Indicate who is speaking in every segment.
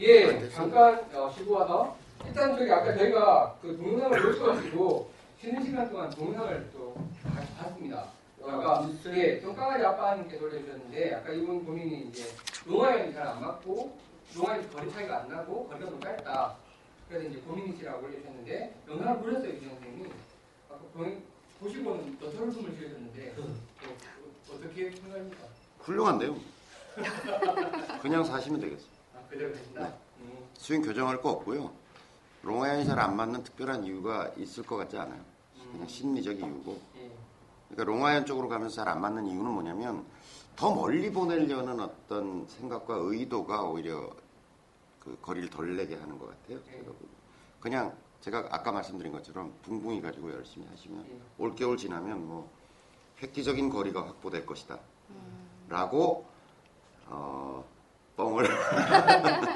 Speaker 1: 예, 잠깐 어, 쉬고 와서 일단 저기 아까 저희가 그 동영상을 볼 수가 없고 쉬는 시간 동안 동영상을 또 같이 봤습니다. 아까 예, 정강아지 아빠님께서 올려주셨는데 아까 이분 본인이 이제 농아연이 잘 안 맞고 농아연 거리 차이가 안 나고 거리가 너무 짧다. 그래서 이제 고민이시라고 올려주셨는데 영상을 보셨어요, 유진 선생님이. 아까 본- 보시고는 또 설숨을 지으셨는데 또 어- 어떻게 생각합니까?
Speaker 2: 훌륭한데요. 그냥 사시면 되겠어요.
Speaker 1: 아, 그대로 되신다? 음,
Speaker 2: 스윙 교정할 거 없고요. 롱아이언이 잘 안 맞는 특별한 이유가 있을 것 같지 않아요. 그냥
Speaker 1: 음,
Speaker 2: 심리적 이유고.
Speaker 1: 예.
Speaker 2: 그러니까 롱아이언 쪽으로 가면서 잘 안 맞는 이유는 뭐냐면 더 멀리 보내려는 어떤 생각과 의도가 오히려 그 거리를 덜 내게 하는 것 같아요. 제가 보기엔. 그냥 제가 아까 말씀드린 것처럼 붕붕이 가지고 열심히 하시면
Speaker 1: 예.
Speaker 2: 올겨울 지나면 뭐 획기적인 거리가 확보될 것이다.
Speaker 3: 음.
Speaker 2: 라고 어, 뻥을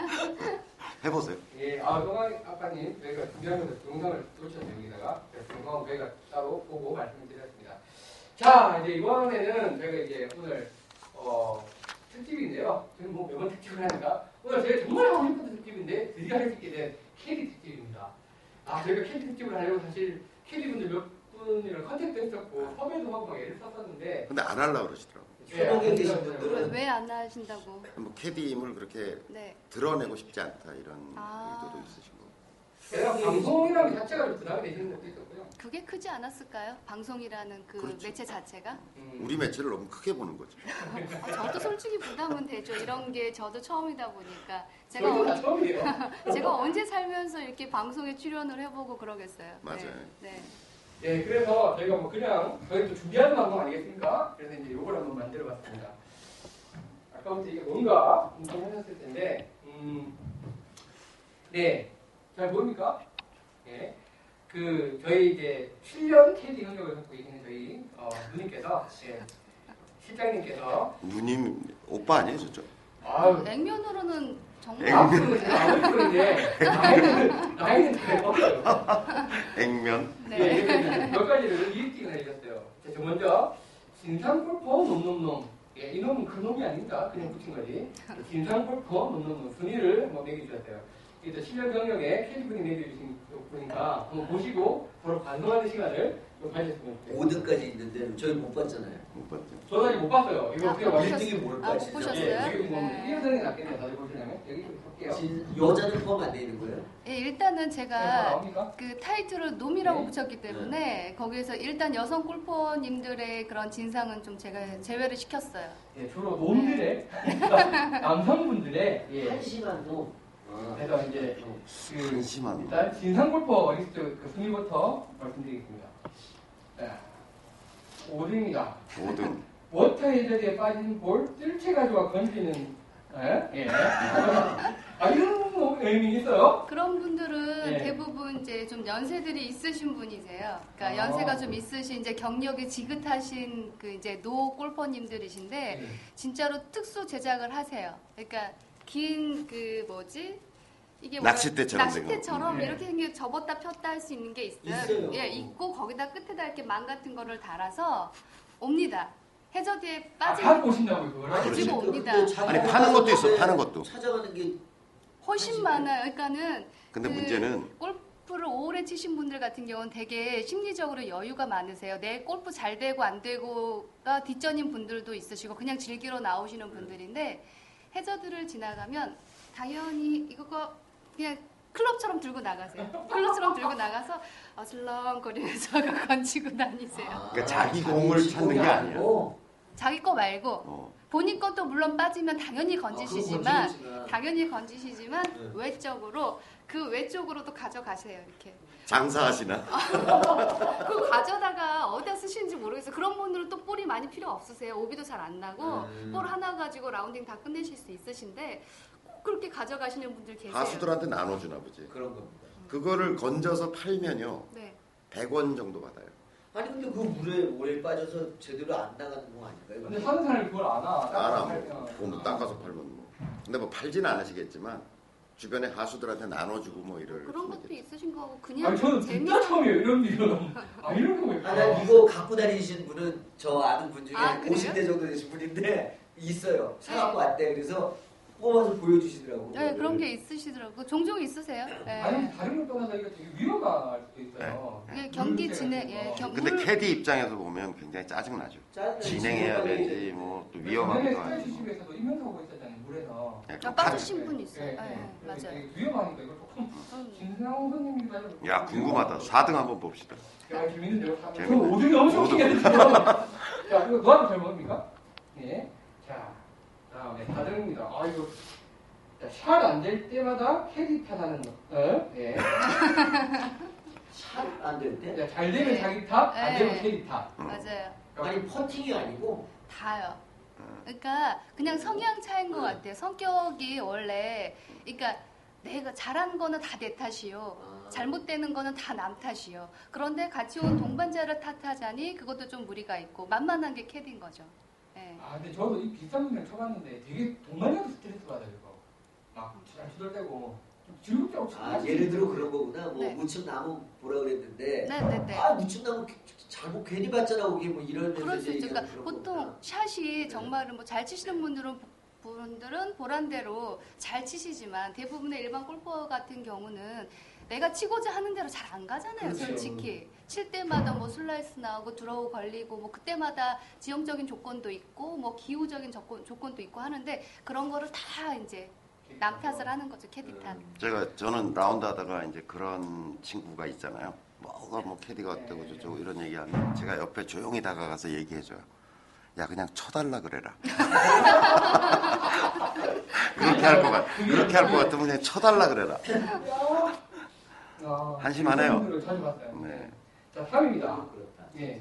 Speaker 2: 해보세요.
Speaker 1: 예, 아, 동아리 아빠님, 저희가 준비하면서 동영상을 놓쳤네요, 여기다가. 그래서 동영상은 저희가 따로 보고 말씀을 드렸습니다. 자, 이제 이번에는 저희가 이제 오늘, 어, 특집인데요. 저는 뭐 매번 특집을 하니까. 오늘 저희가 정말 하고 싶었던 특집인데, 드디어 할 수 있게 된 캐리 특집입니다. 아, 저희가 캐리 특집을 하려고 사실 캐리 분들 몇 분이랑 컨택도 했었고, 섭외도 하고 막 애를 썼었는데, 예,
Speaker 2: 근데 안 하려고 그러시더라고요.
Speaker 4: 소변 계신 분들은
Speaker 3: 왜 안 하신다고?
Speaker 2: 뭐 캐디임을 그렇게
Speaker 3: 네.
Speaker 2: 드러내고 싶지 않다 이런
Speaker 3: 아.
Speaker 2: 의도도 있으신 거고.
Speaker 1: 제가 방송이라는 게 자체가 좀 부담이 되시는 것도 있었고요.
Speaker 3: 그게 크지 않았을까요? 방송이라는 그
Speaker 2: 그렇죠.
Speaker 3: 매체 자체가?
Speaker 1: 음.
Speaker 2: 우리 매체를 너무 크게 보는 거죠.
Speaker 3: 아, 저도 솔직히 부담은 되죠. 이런 게 저도 처음이다 보니까 제가
Speaker 1: 저희도
Speaker 3: 언,
Speaker 1: 다 처음이에요.
Speaker 3: 제가 언제 살면서 이렇게 방송에 출연을 해보고 그러겠어요.
Speaker 2: 맞아요.
Speaker 3: 네.
Speaker 1: 예, 그래서 저희가 뭐 그냥 저희 또 준비하는 방법 아니겠습니까? 그래서 이제 요걸 한번 만들어봤습니다. 아까부터 이게 뭔가 궁금하셨을 텐데, 음, 네, 잘 보입니까? 예, 그 저희 이제 7년 캐디 경력을 갖고 계시는 저희 어, 누님께서, 예, 실장님께서,
Speaker 2: 누님 오빠 아니에요 저쪽?
Speaker 1: 아유,
Speaker 3: 액면으로는 정말
Speaker 1: 나이 분인데 나이는 나이는 잘 먹어요.
Speaker 2: 액면
Speaker 3: 네.
Speaker 1: 예, 몇 가지를 이익기가 내렸어요. 자, 저 먼저 진상골퍼 놈놈놈. 예, 이놈은 그 놈이 아닙니다. 그냥 붙인 거지. 진상골퍼 놈놈놈 순위를 뭐 매겨주셨어요. 이제 7년 경력에 캐디분이 내려주신 거 보니까 한번 보시고 서로 반성하는 시간을 좀 가졌으면 좋겠어요.
Speaker 4: 5등까지 있는데 저희 못 봤잖아요.
Speaker 2: 못 봤죠.
Speaker 1: 저는 아직 못 봤어요. 이거
Speaker 3: 아,
Speaker 1: 어떻게
Speaker 3: 보셨-
Speaker 1: 봐요?
Speaker 4: 1등이
Speaker 3: 아,
Speaker 4: 뭘까
Speaker 3: 못
Speaker 4: 진짜?
Speaker 3: 보셨어요?
Speaker 1: 예, 이게 뭐
Speaker 3: 네.
Speaker 1: 1등이 낫겠네요. 다들 보시려면 여기 좀 볼게요.
Speaker 4: 진- 여자는 포함 안 되는 거예요?
Speaker 3: 예, 일단은
Speaker 1: 다
Speaker 3: 제가
Speaker 1: 네, 나옵니까?
Speaker 3: 그 타이틀을 놈이라고
Speaker 1: 네.
Speaker 3: 붙였기 때문에 거기에서 일단 여성 골퍼님들의 그런 진상은 좀 제가 제외를 시켰어요.
Speaker 1: 예, 주로 놈들의 남성분들의 예.
Speaker 4: 한심한 놈. 아,
Speaker 1: 그래서 이제 그
Speaker 2: 한심한 거.
Speaker 1: 일단 진상 골퍼 어리스트 그 순위부터 말씀드리겠습니다. 자, 5등입니다.
Speaker 2: 5등
Speaker 1: 워터 헤저드에 빠진 볼 뜰채 가지고 건지는 예? 예. 아 이런 뭐 의미 있어요?
Speaker 3: 그런 분들은
Speaker 1: 네.
Speaker 3: 대부분 이제 좀 연세들이 있으신 분이세요. 그러니까
Speaker 1: 아.
Speaker 3: 연세가 좀 있으신 이제 경력이 지긋하신 그 이제 노 골퍼님들이신데
Speaker 1: 네. 예.
Speaker 3: 진짜로 특수 제작을 하세요. 그러니까 긴 그 뭐지? 이게 뭐라-
Speaker 2: 낚싯대처럼 된 거.
Speaker 3: 낚싯대처럼
Speaker 1: 네.
Speaker 3: 이렇게 생겨 접었다 폈다 할 수 있는 게 있어요.
Speaker 4: 있어요.
Speaker 3: 예, 있고 거기다 끝에다 이렇게 망 같은 거를 달아서 옵니다. 해저드에
Speaker 1: 아,
Speaker 3: 빠진
Speaker 1: 다 보신다고 그걸?
Speaker 3: 아,
Speaker 2: 그렇지.
Speaker 3: 가지고 옵니다.
Speaker 4: 근데 자기가
Speaker 2: 아니, 파는 것도 있어,
Speaker 4: 찾아가는데
Speaker 2: 파는 것도.
Speaker 4: 찾아가는 게
Speaker 3: 훨씬 많아요. 그러니까는
Speaker 2: 근데
Speaker 3: 그-
Speaker 2: 문제는
Speaker 3: 골프를 오래 치신 분들 같은 경우는 되게 심리적으로 여유가 많으세요. 내 골프 잘 되고 안 되고가 뒷전인 분들도 있으시고 그냥 즐기러 나오시는
Speaker 4: 네.
Speaker 3: 분들인데 해저드를 지나가면 당연히 이거 그냥 클럽처럼 들고 나가세요. 클럽처럼 들고 나가서 어슬렁거리면서 그거 건지고 다니세요.
Speaker 2: 그러니까 자기 공을
Speaker 4: 아, 자기
Speaker 2: 찾는 게
Speaker 4: 공이
Speaker 2: 아니야.
Speaker 4: 아니고,
Speaker 3: 자기 거 말고
Speaker 2: 어,
Speaker 3: 본인 것도 물론 빠지면 당연히
Speaker 4: 아, 그건
Speaker 3: 건지시지만
Speaker 4: 건지지만.
Speaker 3: 당연히 건지시지만
Speaker 4: 네.
Speaker 3: 외적으로 그 외적으로도 가져가세요. 이렇게.
Speaker 2: 장사하시나?
Speaker 3: 그거 가져다가 어디다 쓰시는지 모르겠어요. 그런 분들은 또 볼이 많이 필요 없으세요. 오비도 잘 안 나고
Speaker 4: 음.
Speaker 3: 볼 하나 가지고 라운딩 다 끝내실 수 있으신데 꼭 그렇게 가져가시는 분들 계세요.
Speaker 2: 가수들한테 나눠주나 보지.
Speaker 4: 네, 그런 겁니다.
Speaker 2: 그거를 건져서 팔면요
Speaker 3: 네.
Speaker 2: 100원 정도 받아요.
Speaker 4: 아니 근데 그 물에 오래 빠져서 제대로 안 나가는 거 아닌가요?
Speaker 1: 근데 사는 사람이 그걸 안 와.
Speaker 2: 알아 뭐. 그뭐 닦아서 팔면 뭐. 근데 뭐 팔진 않으시겠지만 주변에 하수들한테 나눠주고 뭐 이럴.
Speaker 3: 그런
Speaker 2: 수는
Speaker 3: 것도
Speaker 2: 있겠지.
Speaker 3: 있으신 거고 그냥
Speaker 1: 아니 저는
Speaker 3: 재미.
Speaker 1: 진짜 처음이에요. 이런 일은. 아 이런 거왜
Speaker 4: 아, 난 이거 갖고 다니신 분은 저 아는 분 중에
Speaker 3: 아, 그래요?
Speaker 4: 50대 정도 되신 분인데 있어요. 사갖고 왔대. 그래서 뽑아서 보여주시더라고.
Speaker 3: 네, 그런 게 있으시더라고요. 종종 있으세요. 네.
Speaker 1: 아니 다른 걸 떠나서 이거 되게 위험할 수도
Speaker 2: 네.
Speaker 1: 있어요.
Speaker 3: 이게 경기
Speaker 1: 물때가
Speaker 3: 진행,
Speaker 1: 있는
Speaker 3: 예,
Speaker 1: 거.
Speaker 3: 경,
Speaker 2: 근데
Speaker 3: 물,
Speaker 2: 캐디 입장에서 보면 굉장히 짜증나죠.
Speaker 3: 네.
Speaker 4: 짜증나요.
Speaker 2: 진행해야
Speaker 4: 지금
Speaker 2: 되지, 뭐 또
Speaker 1: 전에
Speaker 2: 위험하기도
Speaker 1: 스페인
Speaker 2: 하고.
Speaker 1: 주심에서도 인명사고 있었잖아요 물에서.
Speaker 2: 예, 그
Speaker 3: 아,
Speaker 2: 가-
Speaker 3: 빠지신 분 있어요.
Speaker 1: 예,
Speaker 3: 예,
Speaker 1: 예.
Speaker 3: 예,
Speaker 1: 그래서
Speaker 3: 맞아요.
Speaker 1: 되게 위험하니까 이거 조금
Speaker 3: 음.
Speaker 1: 김상훈 선생님이라는.
Speaker 2: 야 궁금하다. 4등 한번 봅시다.
Speaker 1: 야 재밌는데요. 다- 저
Speaker 2: 재밌네.
Speaker 1: 5등이 엄청
Speaker 2: 오등.
Speaker 1: 기대되죠. 자 이거 너한테 잘 먹습니까? 네. 자 다음에 4등입니다. 아 이거 샷안 될 때마다 캐디 탓하는 거. 어? 예.
Speaker 4: 샷안될 때?
Speaker 1: 자, 잘 되면 자기 탓, 안 되면
Speaker 3: 네.
Speaker 1: 캐디 탓.
Speaker 3: 맞아요.
Speaker 4: 아니 퍼팅이 아니고
Speaker 3: 다요. 그러니까 그냥 성향 차인 것 같아요. 성격이 원래 그러니까 내가 잘한 거는 다 내 탓이요.
Speaker 4: 아,
Speaker 3: 잘못되는 거는 다 남 탓이요. 그런데 같이 온 동반자를 탓하자니 그것도 좀 무리가 있고 만만한 게 캐디인 거죠. 예.
Speaker 1: 아 근데 저도 이 비싼 분이랑 쳐봤는데 되게 동반자도 스트레스 받아요 이거 막잘 투덜대고 좀 즐겁다고
Speaker 4: 아
Speaker 1: 쳐야지.
Speaker 4: 예를 들어 그런 거구나. 뭐
Speaker 3: 네.
Speaker 4: 무침나무 보라 그랬는데
Speaker 3: 네, 네, 네.
Speaker 4: 아 무침나무 잘못 괜히 봤잖아 거기 뭐 이런 데서
Speaker 3: 그럴 수 있죠.
Speaker 4: 얘기하는
Speaker 3: 그러니까
Speaker 4: 그런
Speaker 3: 보통
Speaker 4: 거구나.
Speaker 3: 샷이 정말은 뭐 잘 치시는 분들은 분들은 보란대로 잘 치시지만 대부분의 일반 골퍼 같은 경우는 내가 치고자 하는 대로 잘 안 가잖아요.
Speaker 1: 그렇죠.
Speaker 3: 솔직히 칠 때마다 뭐 슬라이스 나오고 드로우 걸리고 뭐 그때마다 지형적인 조건도 있고 뭐 기후적인 조건 조건도 있고 하는데 그런 거를 다 이제 남 탓을 하는 거죠 캐디 탓.
Speaker 4: 음.
Speaker 2: 제가 저는 라운드 하다가 이제 그런 친구가 있잖아요. 뭐가 뭐 캐디가 어쩌고 저쩌고 이런 얘기하면 제가 옆에 조용히 다가가서 얘기해줘요. 야 그냥 쳐달라 그래라. 그렇게 할 것 같. 그렇게 할 것 같으면 그냥 쳐달라 그래라.
Speaker 1: 아,
Speaker 2: 한심하네요.
Speaker 1: 그런 분들을 자주 봤어요.
Speaker 2: 네.
Speaker 1: 자 3입니다.
Speaker 4: 아, 그렇다.
Speaker 1: 예.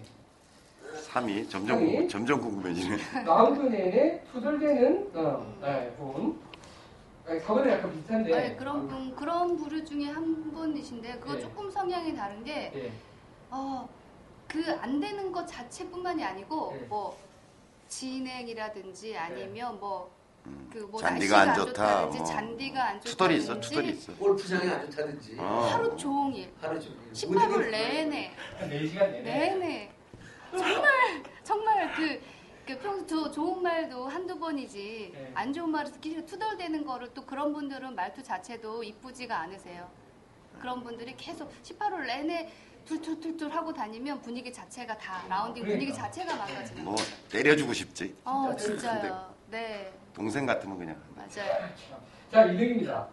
Speaker 2: 3위 점점
Speaker 1: 삼위?
Speaker 2: 궁금- 점점 궁금해지네.
Speaker 1: 라운드 내내 투덜대는 어, 네, 분. 아니, 4번에 약간 비슷한데.
Speaker 3: 네, 그런 분 그런 부류 중에 한 분이신데 그거
Speaker 1: 아. 네.
Speaker 3: 조금 성향이 다른 게
Speaker 1: 예.
Speaker 3: 어, 그 안 되는 것 자체뿐만이 아니고
Speaker 1: 네.
Speaker 3: 뭐 진행이라든지 아니면 뭐
Speaker 2: 음,
Speaker 3: 그 뭐
Speaker 2: 잔디가
Speaker 3: 날씨가
Speaker 2: 안
Speaker 3: 안
Speaker 2: 좋다,
Speaker 3: 좋다든지
Speaker 2: 뭐
Speaker 3: 잔디가 안 좋다든지
Speaker 2: 투덜이 있어 투덜이 있어.
Speaker 4: 골프장이 안 좋다든지
Speaker 2: 어.
Speaker 3: 하루 종일
Speaker 4: 하루 종일
Speaker 3: 18홀 내내
Speaker 1: 한 4시간 내내.
Speaker 3: 내내 정말 정말 그, 그 평소 조- 좋은 말도 한두 번이지
Speaker 1: 네.
Speaker 3: 안 좋은 말을 끼리 투덜대는 거를 또 그런 분들은 말투 자체도 이쁘지가 않으세요. 그런 분들이 계속 18홀 내내 툴툴툴툴 하고 다니면 분위기 자체가 다 라운딩 분위기
Speaker 1: 그러니까.
Speaker 3: 자체가 망가지는
Speaker 2: 뭐 때려주고 싶지.
Speaker 3: 어,
Speaker 1: 진짜
Speaker 3: 진짜요. 네,
Speaker 2: 동생 같으면 그냥.
Speaker 3: 맞아요.
Speaker 1: 자 2등입니다.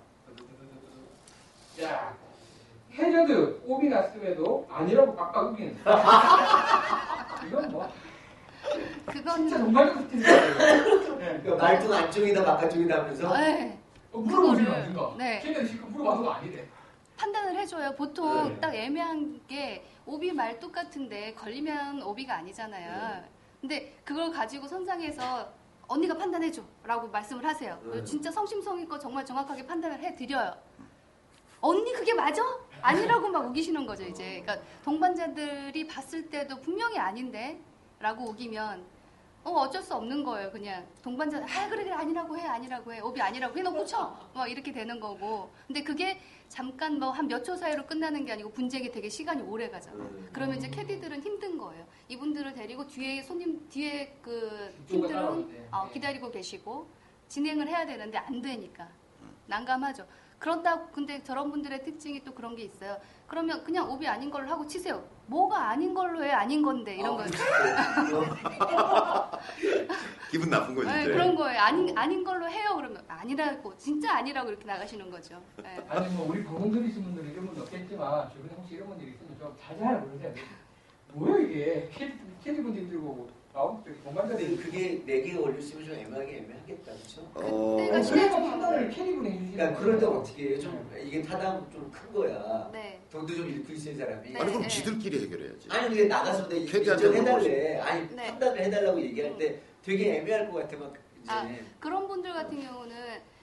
Speaker 1: 자 해저드 오비 났음에도 아니라고 빡빡 우기는. 이건 뭐 진짜
Speaker 3: 그건,
Speaker 1: 동반자 스트레스. 예.
Speaker 4: 그러니까 말투가 안쪽이다 바깥쪽이다 하면서
Speaker 3: 네,
Speaker 1: 어, 물어보지
Speaker 3: 그거를,
Speaker 1: 마, 누가.
Speaker 3: 네.
Speaker 1: 걔네들 지금 물어봐서 그거 아니래.
Speaker 3: 판단을 해줘요. 보통
Speaker 1: 네.
Speaker 3: 딱 애매한 게 오비 말 똑같은데 걸리면 오비가 아니잖아요. 근데 그걸 가지고 선상에서 언니가 판단해줘 라고 말씀을 하세요.
Speaker 4: 네.
Speaker 3: 진짜 성심성의껏 정말 정확하게 판단을 해드려요. 언니 그게 맞아? 아니라고 막 우기시는 거죠 이제. 그러니까 동반자들이 봤을 때도 분명히 아닌데 라고 우기면 어 어쩔 수 없는 거예요 그냥 동반자 아 그래 그래 아니라고 해 아니라고 해 오비 아니라고 해놓고 쳐막 뭐 이렇게 되는 거고 근데 그게 잠깐 뭐 한 몇 초 사이로 끝나는 게 아니고 분쟁이 되게 시간이 오래 가잖아요
Speaker 4: 음.
Speaker 3: 그러면 이제 캐디들은 힘든 거예요 이분들을 데리고 뒤에 손님 뒤에 그
Speaker 1: 이쪽으로
Speaker 3: 팀들은
Speaker 1: 따라오는데.
Speaker 3: 어,
Speaker 1: 예.
Speaker 3: 기다리고 계시고 진행을 해야 되는데 안 되니까 난감하죠 그런다 근데 저런 분들의 특징이 또 그런 게 있어요 그러면 그냥 오비 아닌 걸로 하고 치세요 뭐가 아닌 걸로 해 아닌 건데 이런
Speaker 4: 어,
Speaker 3: 거
Speaker 4: 그렇죠.
Speaker 2: 기분 나쁜 거지.
Speaker 3: 네, 그런 거예요. 아닌, 아닌 걸로 해요. 그러면 아니라고, 진짜 아니라고 이렇게 나가시는 거죠. 네.
Speaker 1: 아니 뭐 우리 방송 들으신 분들 이런 분 없겠지만 주변에 혹시 이런 분들이 있으면 좀 자제하라 그러세요. 뭐야 이게 캐디 캐디 분들 들고 나온 저기
Speaker 4: 근데
Speaker 1: 동반자들.
Speaker 4: 그게 네 개가 올릴 수 있으면 좀 애매하게 애매하겠다 그렇죠?
Speaker 3: 그때가
Speaker 2: 어,
Speaker 3: 시-
Speaker 1: 그래서 판단을 캐디 분이 해주시는
Speaker 4: 그러니까 그럴 때 어떻게 해요? 좀 이게 타당 좀 큰 거야
Speaker 3: 네.
Speaker 4: 돈도 좀 잃고 있는 사람이
Speaker 3: 네.
Speaker 2: 아니 그럼 지들끼리 해결해야지.
Speaker 4: 아니 근데 나가서 내
Speaker 2: 캐디한테
Speaker 4: 인정 해달래 아니
Speaker 3: 네.
Speaker 4: 판단을 해달라고 얘기할 때 되게 애매할 것 같아 막 이제
Speaker 3: 아, 그런 분들 같은 경우는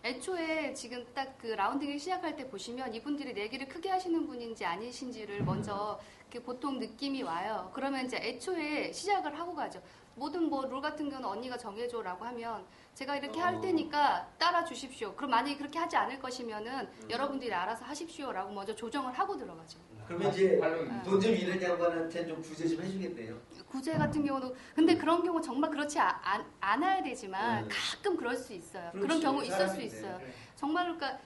Speaker 3: 애초에 지금 딱 그 라운딩을 시작할 때 보시면 이분들이 내기를 크게 하시는 분인지 아니신지를 먼저 그 보통 느낌이 와요. 그러면 이제 애초에 시작을 하고 가죠. 모든 뭐 룰 같은 경우는 언니가 정해줘라고 하면 제가 이렇게 할 테니까 따라 주십시오. 그럼 만약에 그렇게 하지 않을 것이면은 여러분들이 알아서 하십시오라고 먼저 조정을 하고 들어가죠.
Speaker 4: 그러면 이제
Speaker 1: 아, 반론입니다.
Speaker 3: 네.
Speaker 4: 돈좀 잃은 양반한테 좀 구제 좀 해주겠네요.
Speaker 3: 구제 같은 경우도 근데 그런 경우 정말 그렇지 아- 안, 않아야 되지만
Speaker 4: 네.
Speaker 3: 가끔 그럴 수 있어요. 그런
Speaker 4: 그렇지,
Speaker 3: 경우 있을 수
Speaker 4: 사람인데.
Speaker 3: 있어요. 정말로 그러니까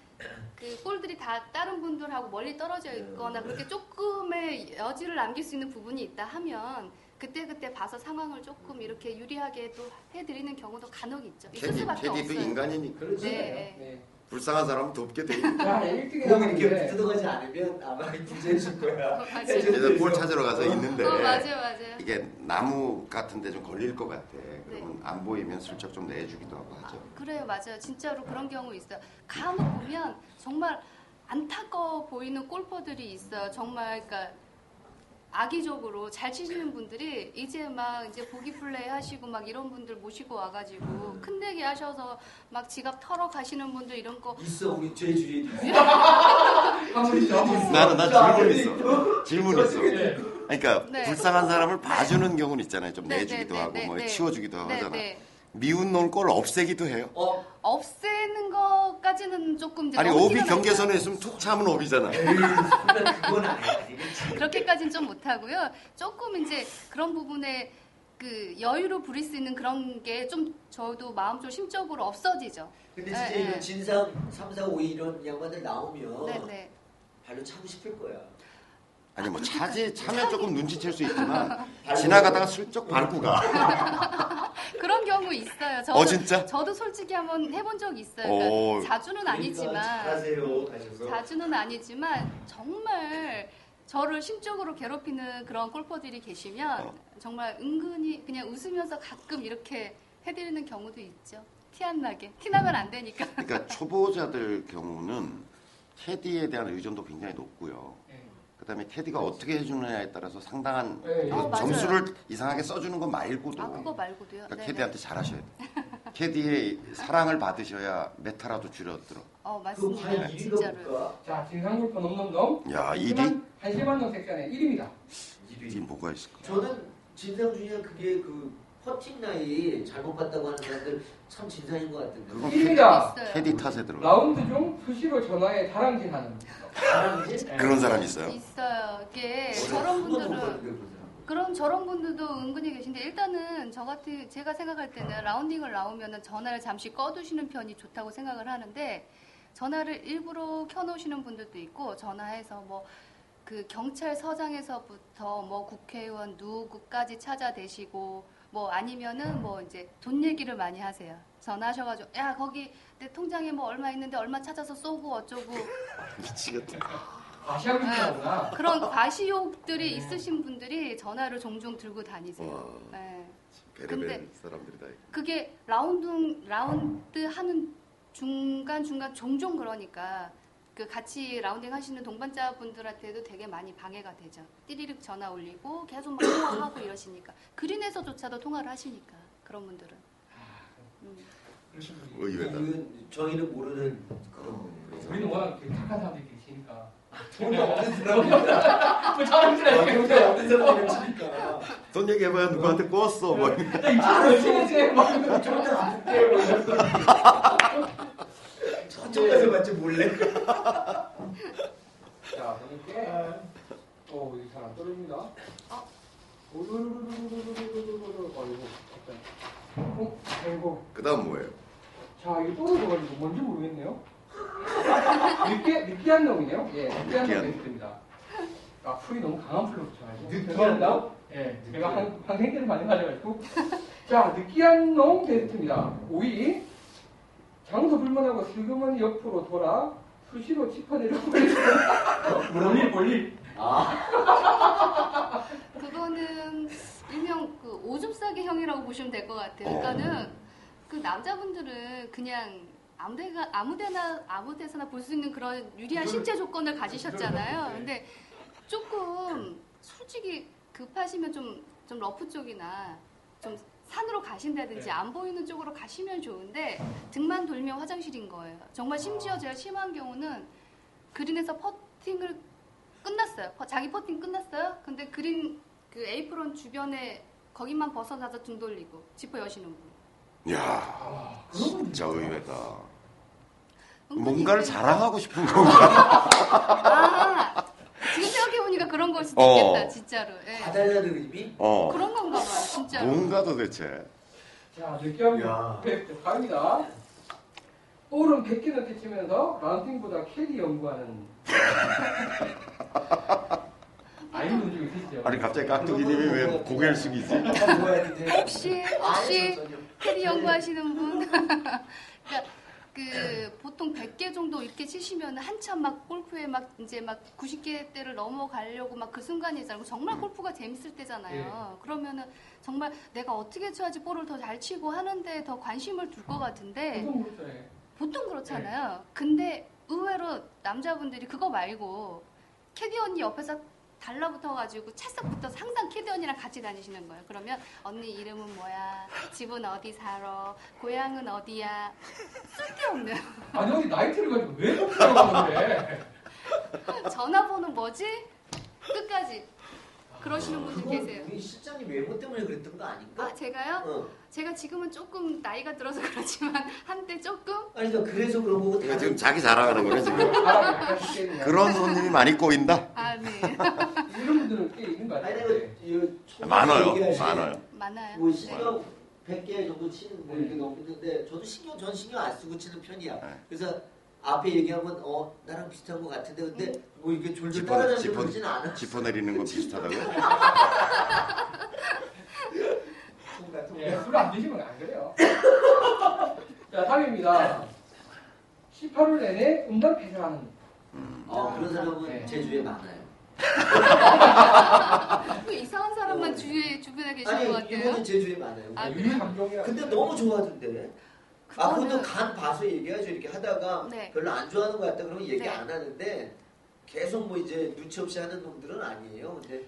Speaker 3: 그 골들이 다 다른 분들하고 멀리 떨어져 있거나 그렇게 조금의 여지를 남길 수 있는 부분이 있다 하면 그때그때 봐서 상황을 조금 이렇게 유리하게 또 해드리는 경우도 간혹 있죠. 있을
Speaker 2: 캐디,
Speaker 3: 수밖에
Speaker 2: 캐디도
Speaker 3: 없어요.
Speaker 2: 인간이니까
Speaker 4: 그렇지.
Speaker 3: 네.
Speaker 1: 네.
Speaker 2: 불쌍한 사람은 돕게 돼.
Speaker 1: 자, 1등이
Speaker 4: 공 그러니까 뭐 이렇게
Speaker 1: 나왔는데
Speaker 4: 뜯어가지 않으면 아마 구제 해줄 거야.
Speaker 3: 어, 맞아요.
Speaker 2: 그래서 볼 찾으러 가서 있는데
Speaker 3: 어, 맞아요, 맞아요.
Speaker 2: 이게 나무 같은데 좀 걸릴 것 같아.
Speaker 3: 네.
Speaker 2: 그러면 안 보이면 슬쩍 좀 내주기도 하고 하죠.
Speaker 3: 아, 그래요, 맞아요. 진짜로 그런 경우 있어요. 간혹 보면 정말 안타까워 보이는 골퍼들이 있어요. 정말 그러니까 악의적으로 잘 치시는 분들이 이제 막 이제 보기 플레이 하시고 막 이런 분들 모시고 와가지고 큰 내기 하셔서 막 지갑 털어 가시는 분들 이런 거
Speaker 4: 있어 우리 제 주위에도 있어.
Speaker 1: 한분 있죠.
Speaker 2: 나는 나 질문 있어. 질문 있어.
Speaker 1: 네.
Speaker 2: 그러니까
Speaker 3: 네.
Speaker 2: 불쌍한 사람을 봐주는 경우는 있잖아요. 좀
Speaker 3: 네,
Speaker 2: 내주기도
Speaker 3: 네,
Speaker 2: 하고
Speaker 3: 네,
Speaker 2: 뭐
Speaker 3: 네.
Speaker 2: 치워주기도 하고 하잖아.
Speaker 3: 네네
Speaker 2: 미운 논골 없애기도 해요.
Speaker 4: 어?
Speaker 3: 없애는 것까지는 조금 이제
Speaker 2: 아니
Speaker 3: 너무
Speaker 2: 오비
Speaker 3: 티가 나죠.
Speaker 2: 경계선에 있으면 툭 차면 오비잖아.
Speaker 4: 에이, 그건- 그건 아니야. 아니겠지.
Speaker 3: 그렇게까지는 좀 못하고요. 조금 이제 그런 부분에 그 여유로 부릴 수 있는 그런 게 좀 저도 마음 좀 심적으로 없어지죠.
Speaker 4: 근데 진짜
Speaker 3: 네, 네.
Speaker 4: 이런 진상 3, 4, 5 이런 양반들 나오면
Speaker 3: 네네.
Speaker 4: 발로 차고 싶을 거야.
Speaker 2: 아니 뭐 차지 차면 조금 눈치챌 수 있지만
Speaker 4: 발로
Speaker 2: 지나가다가 슬쩍 밟고 가.
Speaker 3: 그런 경우 있어요. 저도,
Speaker 2: 어 진짜?
Speaker 3: 저도 솔직히 한번 해본 적 있어요.
Speaker 2: 오.
Speaker 3: 그러니까 자주는
Speaker 4: 그러니까
Speaker 3: 아니지만
Speaker 4: 잘하세요 가셔서.
Speaker 3: 자주는 아니지만 정말 저를 심적으로 괴롭히는 그런 골퍼들이 계시면
Speaker 2: 어.
Speaker 3: 정말 은근히 그냥 웃으면서 가끔 이렇게 해드리는 경우도 있죠. 티 안 나게. 티 나면 안 되니까.
Speaker 2: 그러니까 초보자들 경우는 캐디에 대한 의존도 굉장히 높고요. 그다음에 캐디가 어떻게 해주느냐에 따라서 상당한
Speaker 1: 네, 네.
Speaker 2: 그
Speaker 3: 어, 맞아요.
Speaker 2: 점수를 이상하게 써주는 것 말고도
Speaker 3: 아 그거 말고도요.
Speaker 2: 그러니까
Speaker 3: 네네.
Speaker 2: 캐디한테 잘하셔야 돼. 캐디의 사랑을 받으셔야 메타라도 줄여들어.
Speaker 3: 어
Speaker 4: 그
Speaker 3: 맞습니다.
Speaker 4: 과연 1위가
Speaker 3: 진짜로.
Speaker 4: 뭘까?
Speaker 1: 자, 진상골퍼 넘넘넘.
Speaker 2: 야 1위?
Speaker 1: 하지만 한실반동 섹션의 1위입니다.
Speaker 2: 1위
Speaker 4: 1위.
Speaker 2: 뭐가 있을까?
Speaker 4: 저는 진상 중에 그게 그 퍼팅 나이 잘못 봤다고 하는 사람들 참 진상인 것 같은데.
Speaker 2: 그건 캐디,
Speaker 1: 1위입니다.
Speaker 3: 있어요.
Speaker 2: 캐디 탓에 들어.
Speaker 1: 라운드 중 수시로 전화에 다람쥐하는.
Speaker 4: 사람이지?
Speaker 2: 그런 사람 있어요.
Speaker 3: 있어요.
Speaker 4: 네,
Speaker 3: 이게
Speaker 4: 저는
Speaker 3: 저런
Speaker 4: 네. 한 번도 못
Speaker 3: 분들은
Speaker 4: 봤는데, 그런 사람.
Speaker 3: 그럼 저런 분들도 은근히 계신데 일단은 저 같은 제가 생각할 때는 라운딩을 나오면은 전화를 잠시 꺼두시는 편이 좋다고 생각을 하는데 전화를 일부러 켜놓으시는 분들도 있고 전화해서 뭐 그 경찰서장에서부터 뭐 국회의원 누구까지 찾아대시고 뭐 아니면은 뭐 이제 돈 얘기를 많이 하세요. 전화하셔가지고 야 거기 내 통장에 뭐 얼마 있는데 얼마 찾아서 쏘고 어쩌고
Speaker 2: 미치겠다.
Speaker 1: 아시아 비트라구나.
Speaker 3: 그런 과시욕들이 있으신 분들이 전화를 종종 들고 다니세요.
Speaker 2: 와.
Speaker 3: 네.
Speaker 2: 어, 베레베 사람들이 다.
Speaker 3: 그게 라운드 라운드 하는 중간 중간 종종 그러니까 그 같이 라운딩 하시는 동반자 분들한테도 되게 많이 방해가 되죠. 띠리륵 전화 올리고 계속 막 통화하고 이러시니까 그린에서조차도 통화를 하시니까 그런 분들은 음.
Speaker 1: 그러신 분이.
Speaker 2: 의외다.
Speaker 4: 이건 저희는 모르는 그런 거예요.
Speaker 1: 우리는 워낙 되게 착한 사람들이 계시니까.
Speaker 4: 돈이 없는 사람이야.
Speaker 1: 뭐 다람쥐라니까.
Speaker 4: 돈이 없는 사람을 치니까.
Speaker 2: 돈 얘기해봐야 누구한테 꼬았어. 뭐.
Speaker 1: 아, 열심히 해. 막 이러고
Speaker 4: 저쪽에서 안
Speaker 1: 이러고.
Speaker 4: 저쪽에서 맞지 몰래.
Speaker 1: 자, 넘을게. 어, 여기 잘안 떨어집니다.
Speaker 3: 어.
Speaker 1: 오르르르르르르르르르르. 어이구, 잠깐. 어, 아이고.
Speaker 2: 그다음 뭐예요?
Speaker 1: 자, 이게 떨어져가지고 뭔지 모르겠네요. 느끼, 느끼한 놈이네요? 예, 느끼한
Speaker 2: 느끼한
Speaker 1: 놈이 있습니다. 아, 풀이 너무 강한 풀로 붙여가지고.
Speaker 4: 느끼한
Speaker 1: 죄송합니다.
Speaker 4: 놈?
Speaker 1: 예, 제가
Speaker 4: 느끼한
Speaker 1: 한, 한 생계를 많이 가져가지고. 자, 느끼한 놈 베스트입니다. 5위. 장소 불문하고 슬그머니 옆으로 돌아 수시로 짚어내려 멀리, 멀리.
Speaker 4: 아,
Speaker 3: 그거는 일명 그 오줌싸기 형이라고 보시면 될 것 같아요. 그러니까는 그 남자분들은 그냥 아무데가 아무데나 아무데서나 볼 수 있는 그런 유리한 신체 조건을 가지셨잖아요. 근데 조금 솔직히 급하시면 좀 좀 러프 쪽이나 좀 산으로 가신다든지
Speaker 1: 네.
Speaker 3: 안 보이는 쪽으로 가시면 좋은데 등만 돌면 화장실인 거예요. 정말 심지어 제가 심한 경우는 그린에서 퍼팅을 끝났어요. 퍼- 자기 퍼팅 끝났어요. 근데 그린 그 에이프론 주변에 거기만 벗어나서 등 돌리고 지퍼 여시는 분.
Speaker 2: 야,
Speaker 1: 아,
Speaker 2: 진짜 의외다.
Speaker 3: 은근히
Speaker 2: 뭔가를
Speaker 3: 그게-
Speaker 2: 자랑하고 싶은 건가?
Speaker 3: 아, 지금 생각해 보니까 그런 걸 수도
Speaker 2: 어.
Speaker 3: 있겠다, 진짜로. 예.
Speaker 4: 봐달라는 의미?
Speaker 2: 어,
Speaker 3: 그런 건가 봐, 진짜로.
Speaker 2: 뭔가 도대체.
Speaker 1: 자, 느끼함
Speaker 4: 야.
Speaker 1: 갑니다. 볼은 100개를 끼치면서 라운팅보다 캐리 연구하는 아이돌 중에 계시죠?
Speaker 2: 아니 갑자기 깍두기님이 왜 고개를 숙이지?
Speaker 4: 뭐야 근데
Speaker 3: 아, 혹시
Speaker 4: 아예
Speaker 3: 혹시
Speaker 4: 전혀.
Speaker 3: 캐리 연구하시는 분? 그러니까 그 보통 100개 정도 이렇게 치시면 한참 막 골프에 막 이제 막 90개대를 넘어가려고 막 그 순간이잖아요. 정말 골프가 재밌을 때잖아요. 그러면은 정말 내가 어떻게 쳐야지 볼을 더 잘 치고 하는데 더 관심을 둘 것 같은데
Speaker 1: 보통 그렇죠. 예.
Speaker 3: 보통
Speaker 4: 네.
Speaker 3: 그렇잖아요. 근데 의외로 남자분들이 그거 말고 캐디 언니 옆에서 달라붙어가지고 찰싹부터 항상 캐디 언니랑 같이 다니시는 거예요. 그러면 언니 이름은 뭐야? 집은 어디 살아? 고향은 어디야? 쓸데없네요.
Speaker 1: 아니 형이 나이트를 가지고 왜 복수하고 하는데?
Speaker 3: 전화번호 뭐지? 끝까지 그러시는 분들
Speaker 4: 그건
Speaker 3: 계세요.
Speaker 4: 우리 실장님 외모 때문에 그랬던 거 아닌가?
Speaker 3: 아 제가요?
Speaker 4: 어.
Speaker 3: 제가 지금은 조금 나이가 들어서 그렇지만 한때 조금
Speaker 4: 아니 그러니까 그래서 그런 거고
Speaker 2: 그러니까
Speaker 4: 다른
Speaker 2: 지금 자기 자랑하는 거네 지금.
Speaker 1: 바람이 약간 있겠네요.
Speaker 2: 그런 손님이 많이 꼬인다.
Speaker 3: 아 네
Speaker 1: 이런 분들은 꽤 있는 거
Speaker 4: 아니
Speaker 1: 같아요.
Speaker 4: 내가 이거 처음에
Speaker 2: 많아요,
Speaker 4: 얘기하시길
Speaker 2: 많아요.
Speaker 3: 많아요.
Speaker 4: 뭐
Speaker 3: 네.
Speaker 4: 신경 100개 정도 치는 뭐
Speaker 1: 네.
Speaker 4: 이렇게 넘는데 저도 신경 전 신경 안 쓰고 치는 편이야.
Speaker 2: 네.
Speaker 4: 그래서 앞에 얘기하면 어 나랑 비슷한 것 같은데 근데
Speaker 3: 네.
Speaker 4: 뭐 이렇게 졸졸
Speaker 2: 짚어-
Speaker 4: 따라다니고
Speaker 2: 짚어-
Speaker 4: 그러진 않아.
Speaker 2: 짚어 내리는 건 비슷하다고?
Speaker 4: 통과
Speaker 3: 네.
Speaker 1: 예,
Speaker 4: 통과.
Speaker 1: 술안 드시면 안 그래요. 자, 3위입니다. 18월 내내 음담 폐사하는.
Speaker 4: 어
Speaker 3: 아,
Speaker 4: 그런 사람은
Speaker 1: 네.
Speaker 4: 제주에 많아요.
Speaker 3: 또 이상한 사람만 주위에 주변에 계신 것
Speaker 4: 뭐 아니
Speaker 3: 같아요.
Speaker 4: 이거는 뭐, 제주에 많아요.
Speaker 3: 아,
Speaker 1: 유일 네, 감정이야.
Speaker 4: 근데 너무 좋아하던데. 아
Speaker 3: 그거는-
Speaker 4: 그것도 간 봐서 얘기하죠. 이렇게 하다가
Speaker 3: 네.
Speaker 4: 별로 안 좋아하는 것 같다 그러면 얘기
Speaker 3: 네.
Speaker 4: 안 하는데 계속 뭐 이제 눈치 없이 하는 놈들은 아니에요. 근데
Speaker 2: 아니,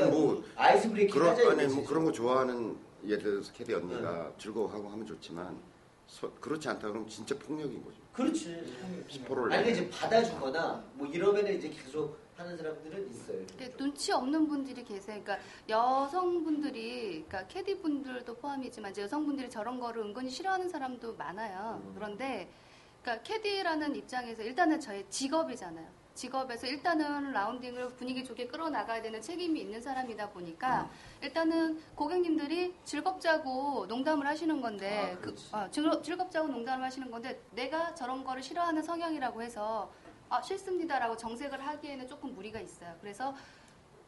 Speaker 4: 서로가
Speaker 2: 뭐
Speaker 4: 아이스 브레이킹
Speaker 2: 그런
Speaker 4: 하자
Speaker 2: 아니
Speaker 4: 이거지.
Speaker 2: 뭐 그런 거 좋아하는 예를 들어서 캐디 언니가 즐거워하고 하면 좋지만 소- 그렇지 않다 그러면 진짜 폭력인 거죠.
Speaker 4: 그렇지.
Speaker 1: 네.
Speaker 2: 스포를
Speaker 4: 아니 이제 받아주거나 뭐 이러면 이제 계속 하는 사람들은 있어요.
Speaker 3: 이렇게 눈치 없는 분들이 계세요. 그러니까 여성분들이, 그러니까 캐디 분들도 포함이지만 이제 여성분들이 저런 거를 은근히 싫어하는 사람도 많아요.
Speaker 4: 음.
Speaker 3: 그런데, 그러니까 캐디라는 입장에서 일단은 저의 직업이잖아요. 직업에서 일단은 라운딩을 분위기 좋게 끌어나가야 되는 책임이 있는 사람이다 보니까
Speaker 4: 음.
Speaker 3: 일단은 고객님들이 즐겁자고 농담을 하시는 건데
Speaker 4: 아,
Speaker 3: 그,
Speaker 4: 그렇지.
Speaker 3: 어, 즐거, 즐겁자고 농담을 하시는 건데 내가 저런 거를 싫어하는 성향이라고 해서 아, 싫습니다라고 정색을 하기에는 조금 무리가 있어요. 그래서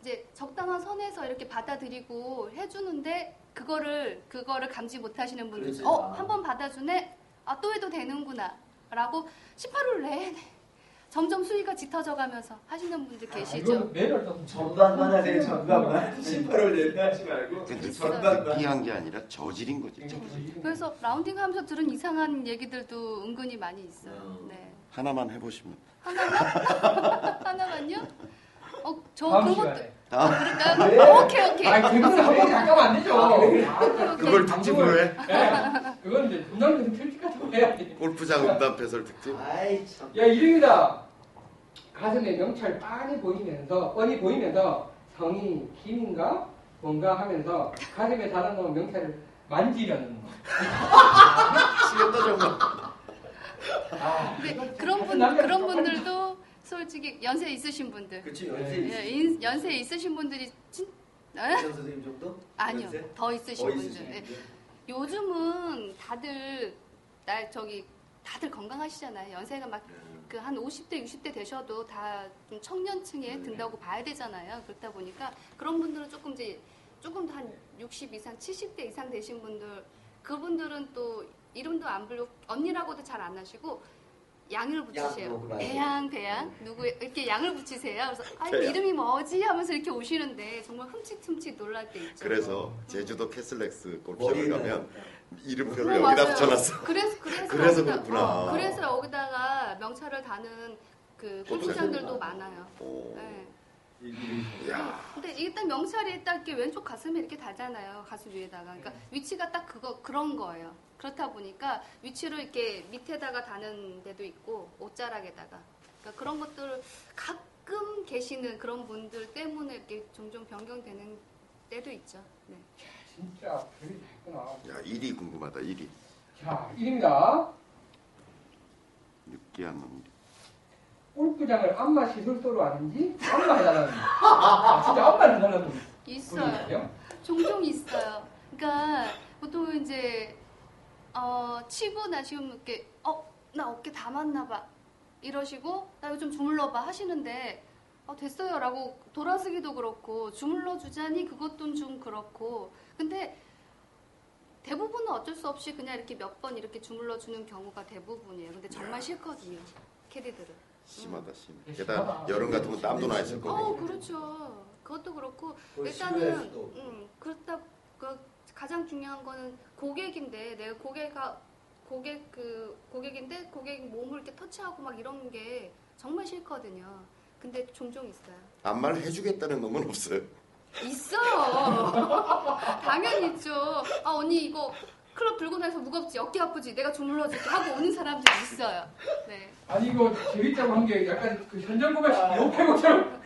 Speaker 3: 이제 적당한 선에서 이렇게 받아들이고 해주는데 그거를 그거를 감지 못하시는 분들,
Speaker 4: 그렇지. 아.
Speaker 3: 어, 한 번 받아주네, 아 또 해도 되는구나라고 18월 내내 점점 수위가 짙어져가면서 하시는 분들
Speaker 4: 아,
Speaker 1: 아,
Speaker 3: 계시죠.
Speaker 1: 이건 매일 어떤
Speaker 4: 전반만 하세요.
Speaker 3: 네.
Speaker 4: 전반만. 18월 내내 하지 말고
Speaker 2: 근데
Speaker 3: 전반만.
Speaker 2: 느끼한 게 아니라 저질인 거지.
Speaker 3: 네. 그래서 라운딩 하면서 들은 이상한 얘기들도 은근히 많이 있어요.
Speaker 4: 음.
Speaker 3: 네.
Speaker 2: 하나만 해보시면
Speaker 3: 하나만요? 어, 저
Speaker 1: 다음
Speaker 3: 그것도
Speaker 1: 시간에.
Speaker 4: 네.
Speaker 3: 그럴까요? 오케이, 오케이.
Speaker 1: 아, 대부분 한 번에 잠깐안 되죠.
Speaker 4: 아,
Speaker 3: 오케이, 오케이.
Speaker 2: 그걸 특집으로 해?
Speaker 1: 예. 그건 이제 음담 특집 같은 거 해야지.
Speaker 2: 골프장 음담 패설 특집?
Speaker 4: 아이 참.
Speaker 1: 야, 1위입니다. 가슴에 명찰 빤히 보이면서, 뻔히 보이면서 성이 김인가 뭔가 하면서 가슴에 달아놓은 명찰을 만지려는.
Speaker 2: 쓰겠다 정말.
Speaker 1: 아,
Speaker 3: 근데
Speaker 1: 이건
Speaker 3: 그런 분
Speaker 1: 남자는
Speaker 3: 그런
Speaker 1: 똑같은
Speaker 3: 분들도 솔직히 연세 있으신 분들,
Speaker 4: 그렇지 연세
Speaker 1: 네.
Speaker 3: 예,
Speaker 4: 있으신
Speaker 3: 인- 연세 있으신 분들이 진 에?
Speaker 4: 이성 선생님 정도?
Speaker 3: 네. 아니요
Speaker 4: 연세?
Speaker 3: 더
Speaker 4: 어,
Speaker 3: 있으신
Speaker 4: 있으신
Speaker 3: 분들. 예. 요즘은 다들 날 저기 다들 건강하시잖아요. 연세가 막
Speaker 4: 분들.
Speaker 3: 그 한 50대, 60대 되셔도 다 좀 청년층에
Speaker 4: 네.
Speaker 3: 든다고 봐야 되잖아요. 그렇다 보니까 그런 분들은 조금 이제 조금 더 한 60 이상, 70대 이상 되신 분들 그분들은 또 이름도 안 불고 언니라고도 잘 안 하시고 양을
Speaker 4: 양,
Speaker 3: 붙이세요.
Speaker 4: 어, 맞아요.
Speaker 3: 대양, 대양 누구 이렇게 양을 붙이세요. 그래서 아
Speaker 2: 대양.
Speaker 3: 이름이 뭐지 하면서 이렇게 오시는데 정말 흠칫흠칫 놀랄 때 있죠.
Speaker 2: 그래서 제주도 캐슬렉스 골프장을
Speaker 4: 머리에
Speaker 2: 가면
Speaker 3: 어,
Speaker 2: 이름표를 여기다
Speaker 3: 맞아요.
Speaker 2: 붙여놨어.
Speaker 3: 그래서 그래서
Speaker 2: 그래서
Speaker 3: 여기다-
Speaker 2: 그렇구나.
Speaker 3: 어, 그래서 여기다가 명찰을 다는 그
Speaker 2: 골프장.
Speaker 3: 골프장들도 많아요.
Speaker 2: 오.
Speaker 3: 네.
Speaker 2: 야.
Speaker 3: 근데 일단 명찰이 딱 이렇게 왼쪽 가슴에 이렇게 달잖아요. 가슴 위에다가. 그러니까
Speaker 2: 네.
Speaker 3: 위치가 딱 그거 그런 거예요. 그렇다 보니까 위치를 이렇게 밑에다가 다는 데도 있고 옷자락에다가. 그러니까 그런 것들을 가끔 계시는 그런 분들 때문에 이렇게 종종 변경되는 때도 있죠. 네.
Speaker 1: 진짜 별이 다 있구나.
Speaker 2: 야 1위 궁금하다 1위
Speaker 1: 자, 1입니다.
Speaker 2: 육기한 놈
Speaker 1: 골프장을 안마 시술도로 아는지 안마 해달라는 분. 아, 진짜 안마 해달라는 분.
Speaker 3: 있어요. 종종 있어요. 그러니까 보통 이제 어, 치고 나시면 이렇게 어 나 어깨 다 맞나 봐 이러시고 나 이거 좀 주물러 봐 하시는데 어, 됐어요라고 돌아서기도 그렇고 주물러 주자니 그것도 좀 그렇고 근데 대부분은 어쩔 수 없이 그냥 이렇게 몇 번 이렇게 주물러 주는 경우가 대부분이에요. 근데 정말 싫거든요. 캐디들은.
Speaker 2: 심하다 심해
Speaker 1: 음.
Speaker 2: 게다가 여름 같으면 땀도 나 있을 거고
Speaker 3: 어 그렇죠. 그것도 그렇고 일단은 음, 그렇다 그 가장 중요한 거는 고객인데 내가 고객가 고객 그 고객인데 고객 몸을 이렇게 터치하고 막 이런 게 정말 싫거든요. 근데 종종 있어요.
Speaker 2: 안말 해주겠다는 놈은 없어요
Speaker 3: 있어요. 당연히 있죠. 아 언니 이거 클럽 들고 나서 무겁지 어깨 아프지 내가 주물러줄게 하고 오는 사람들 있어요. 네.
Speaker 1: 아니, 이거 재밌다고 한 게 약간 그 현장고가 욕해고처럼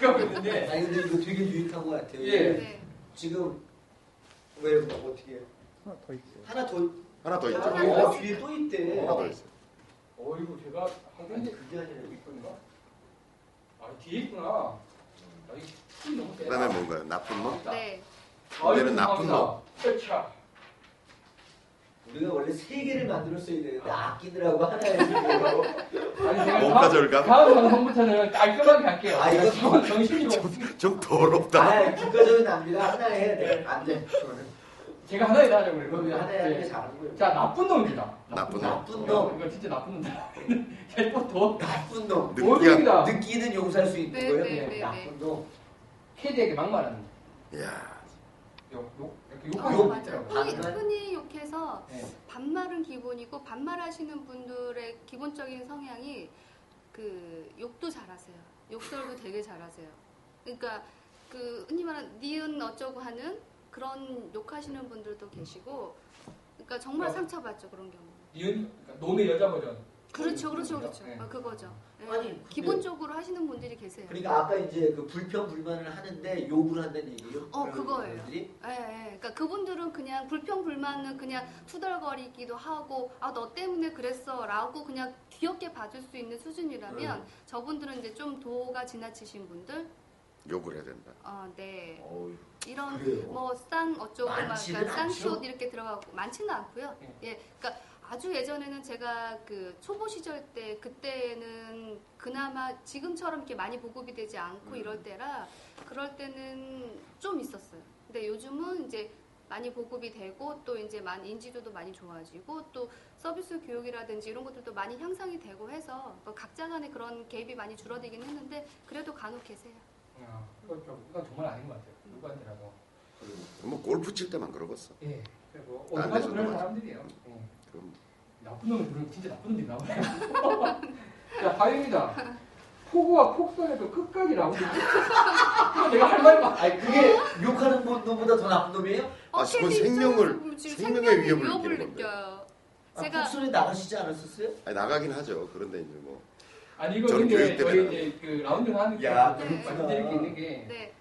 Speaker 1: 생각했는데.
Speaker 4: 아니 근데 이거 되게 유익한 것 같아요.
Speaker 1: 예.
Speaker 3: 네.
Speaker 4: 지금 왜 뭐, 어떻게
Speaker 5: 하나 더 있어요.
Speaker 4: 하나 더
Speaker 2: 하나 더 있죠
Speaker 3: 하나
Speaker 2: 하나
Speaker 3: 더
Speaker 4: 어, 뒤에 또 있대.
Speaker 2: 더 있어
Speaker 1: 어, 이거 제가 방금
Speaker 4: 아니
Speaker 1: 전에
Speaker 4: 그게 아니라
Speaker 1: 여기 있던가? 아, 뒤에 있구나. 아, 이게 힘이 너무 세다.
Speaker 2: 그다음에 뭔가요 나쁜 놈
Speaker 3: 네.
Speaker 1: 아, 이거
Speaker 2: 얘는 나쁜
Speaker 1: 죄송합니다. 차
Speaker 4: 우리가 원래 세 개를 만들었어야 되는데 아끼느라고 하나에 지금
Speaker 1: 아니, 제가
Speaker 2: 몸가
Speaker 1: 다음,
Speaker 2: 절감
Speaker 1: 다음 방송부터는 깔끔하게 할게요.
Speaker 4: 아, 이거
Speaker 1: 지금 정신이 없
Speaker 2: 좀 더럽다
Speaker 4: 아, 국가적인 납니다. 하나 해야 돼. 안 돼.
Speaker 1: 제가 하나에 다 하려고
Speaker 4: 그러면
Speaker 1: 그래요.
Speaker 4: 하나 해야 돼. 잘하는 거예요.
Speaker 1: 네. 자, 나쁜 놈입니다.
Speaker 2: 나쁜 놈
Speaker 4: 나쁜 놈,
Speaker 1: 이거 진짜 나쁜 놈이다. 제법 더
Speaker 4: 나쁜 놈.
Speaker 2: 느끼한
Speaker 1: 모릅니다.
Speaker 4: 느끼는 용서할 수 있는
Speaker 3: 네,
Speaker 4: 거예요.
Speaker 3: 네, 네,
Speaker 4: 나쁜 놈.
Speaker 1: 캐디에게 막말하는 거.
Speaker 2: 야
Speaker 1: 욕, 욕, 이렇게
Speaker 3: 아,
Speaker 1: 욕하는 거
Speaker 3: 맞아요.
Speaker 1: 있더라고요.
Speaker 3: 흔히,
Speaker 4: 반말?
Speaker 3: 흔히 욕해서
Speaker 1: 네.
Speaker 3: 반말은 기본이고 반말하시는 분들의 기본적인 성향이 그 욕도 잘하세요. 욕설도 되게 잘하세요. 그러니까 그 흔히 말하는 니은 어쩌고 하는 그런 욕하시는 분들도 계시고, 그러니까 정말
Speaker 1: 어.
Speaker 3: 상처받죠 그런 경우.
Speaker 1: 이은, 그러니까 놈의 여자 버전.
Speaker 3: 그렇죠, 그렇죠,
Speaker 1: 그런
Speaker 3: 그렇죠.
Speaker 1: 분들이요?
Speaker 3: 어, 그거죠. 예.
Speaker 4: 아니, 근데-
Speaker 3: 기본적으로 하시는 분들이 계세요.
Speaker 4: 그러니까 아까 이제 그 불평 불만을 하는데 욕을 한다는 얘기예요.
Speaker 3: 어,
Speaker 4: 그런
Speaker 3: 그거예요.
Speaker 4: 분들이?
Speaker 3: 예, 예. 그러니까 그분들은 그냥 불평 불만은 그냥 투덜거리기도 하고 아 너 때문에 그랬어라고 그냥 귀엽게 봐줄 수 있는 수준이라면 저분들은 이제 좀 도가 지나치신 분들
Speaker 2: 욕을 해야 된다
Speaker 3: 어네
Speaker 4: 어우,
Speaker 3: 이런
Speaker 4: 그래요.
Speaker 3: 뭐 싼 어쩌고 막
Speaker 4: 많지는 않죠?
Speaker 3: 싼숏 이렇게 들어가고 많지는 않고요.
Speaker 1: 네.
Speaker 3: 예, 그러니까 아주 예전에는 제가 그 초보 시절 때 그때는 그나마 지금처럼 이렇게 많이 보급이 되지 않고
Speaker 4: 음.
Speaker 3: 이럴 때라 그럴 때는 좀 있었어요. 근데 요즘은 이제 많이 보급이 되고 또 이제 많이 인지도도 많이 좋아지고 또 서비스 교육이라든지 이런 것들도 많이 향상이 되고 해서 뭐 각자 간의 그런 갭이 많이 줄어들긴 했는데 그래도 간혹 계세요.
Speaker 1: 아, 이건 좀, 이건 정말 아닌 것 같아요. 누구한테라도.
Speaker 2: 뭐 골프 칠 때만 그러겠어
Speaker 1: 예. 그리고
Speaker 2: 안
Speaker 1: 어디가도
Speaker 2: 되죠,
Speaker 1: 그런
Speaker 2: 누구한테.
Speaker 1: 사람들이에요. 예.
Speaker 2: 그럼
Speaker 1: 나쁜 놈이 그럼 진짜 나쁜 놈이 나와요. 자, 다행입니다. 폭우와 폭설에도 끝까지 나오고. 이거 내가 할 말이 많.
Speaker 4: 아니 그게 욕하는 분- 놈보다 더 나쁜 놈이에요?
Speaker 2: 아,
Speaker 3: 어깨도
Speaker 2: 그건 생명을-
Speaker 3: 입장에서 지금
Speaker 2: 생명의
Speaker 3: 생명의
Speaker 2: 위협을
Speaker 3: 위협을
Speaker 2: 느끼는
Speaker 3: 느껴요.
Speaker 4: 아,
Speaker 3: 제가
Speaker 4: 폭소리 나가시지 않았었어요?
Speaker 2: 아니, 나가긴 하죠 그런데 이제 뭐
Speaker 1: 아니 이거
Speaker 2: 저는
Speaker 1: 근데
Speaker 2: 교육
Speaker 1: 저희
Speaker 2: 때문에
Speaker 1: 이제 그 라운드 하는 게
Speaker 4: 야,
Speaker 1: 완전
Speaker 4: 그렇구나.
Speaker 1: 재밌게 있는 게
Speaker 3: 네.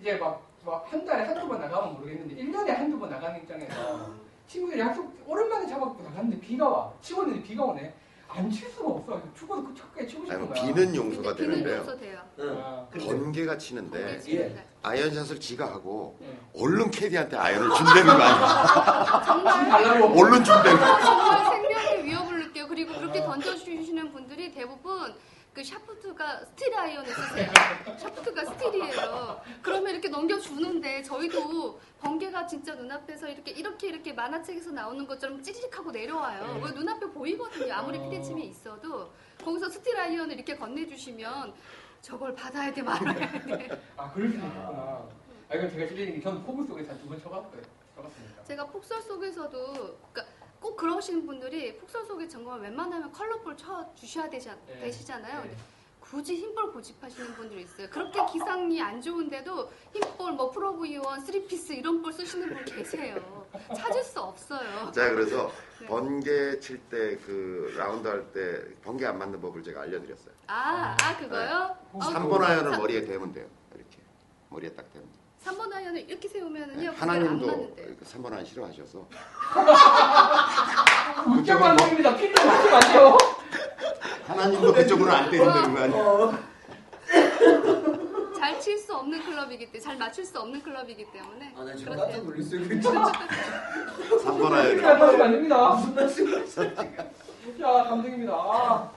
Speaker 1: 이제 막 막 한 달에 한두 번 나가면 모르겠는데 일년에 한두 번 나가는 입장에서 친구들이 약속 오랜만에 잡아갖고 나갔는데 비가 와. 치웠는데 비가 오네. 안 칠 수가 없어. 축구도 그 축구에 치고
Speaker 2: 아니
Speaker 1: 싶은
Speaker 2: 뭐
Speaker 1: 거야.
Speaker 2: 비는
Speaker 3: 근데
Speaker 2: 용서가
Speaker 3: 비는
Speaker 2: 되는데요
Speaker 3: 용서 돼요.
Speaker 4: 응.
Speaker 3: 어.
Speaker 1: 아,
Speaker 4: 그렇죠.
Speaker 2: 번개가 치는데
Speaker 3: 네.
Speaker 2: 아이언샷을 지가 하고
Speaker 1: 예.
Speaker 2: 얼른 캐디한테 아이언을 준대는 거 아니야?
Speaker 1: 좀
Speaker 3: 정말
Speaker 1: 달라고.
Speaker 2: 얼른 준대는 거.
Speaker 3: 정말 생명의 위협을 느껴요. 그리고 그렇게 던져주시는 분들이 대부분 그 샤프트가 스틸 아이언을 쓰세요. 샤프트가 스틸이에요. 그러면 이렇게 넘겨주는데 저희도 번개가 진짜 눈앞에서 이렇게 이렇게 이렇게 만화책에서 나오는 것처럼 찌릿하고 내려와요.
Speaker 1: 네. 어.
Speaker 3: 왜 눈앞에 보이거든요. 아무리 피대침이 있어도 거기서 스틸 아이언을 이렇게 건네주시면 저걸 받아야 돼 말아야 돼.
Speaker 1: 아 그럴 수도 있구나. 아 이건 제가 실례인 게전 포부 속에서 두 번 쳐봤어요. 쳐봤습니다.
Speaker 3: 제가 폭설 속에서도 그러니까 꼭 그러시는 분들이 폭설 속에 정말 웬만하면 컬러풀 쳐 주셔야 되
Speaker 1: 네
Speaker 3: 시잖아요
Speaker 1: 네.
Speaker 3: 굳이 흰볼 고집하시는 분들이 있어요. 그렇게 기상이 안 좋은데도 흰볼, 뭐 프로브 이원, 쓰리피스 이런 볼 쓰시는 분 계세요. 찾을 수 없어요.
Speaker 2: 자 그래서
Speaker 3: 네.
Speaker 2: 번개 칠 때 그 라운드 할 때 번개 안 맞는 법을 제가 알려드렸어요. 네.
Speaker 3: 아, 아 그거요? 어,
Speaker 2: 삼 번 아이언을 머리에 대면 돼요. 이렇게 머리에 딱 대면. 돼요.
Speaker 3: 3번 아이언을 이렇게 세우면은요. 그걸 안
Speaker 2: 네, 하나님도
Speaker 3: 맞는데요.
Speaker 2: 3번 안 싫어하셔서
Speaker 1: 아, 웃겨 방송입니다. 필터 웃지 마세요.
Speaker 2: 하나님도 그쪽으로 안 때린다는 거 아니에요?
Speaker 4: 어.
Speaker 3: 잘 칠 수 없는 클럽이기 때문에 잘 맞출 수 없는 클럽이기 때문에
Speaker 4: 아나 네, 지금 깜짝
Speaker 3: 그렇대요.
Speaker 4: 놀랐어요. 그렇죠. 진짜
Speaker 2: 3번
Speaker 1: 이렇게
Speaker 2: 아이언
Speaker 1: 하시면 안 됩니다.
Speaker 4: 무슨 말씀이세요?
Speaker 1: 야, 감동입니다. 아,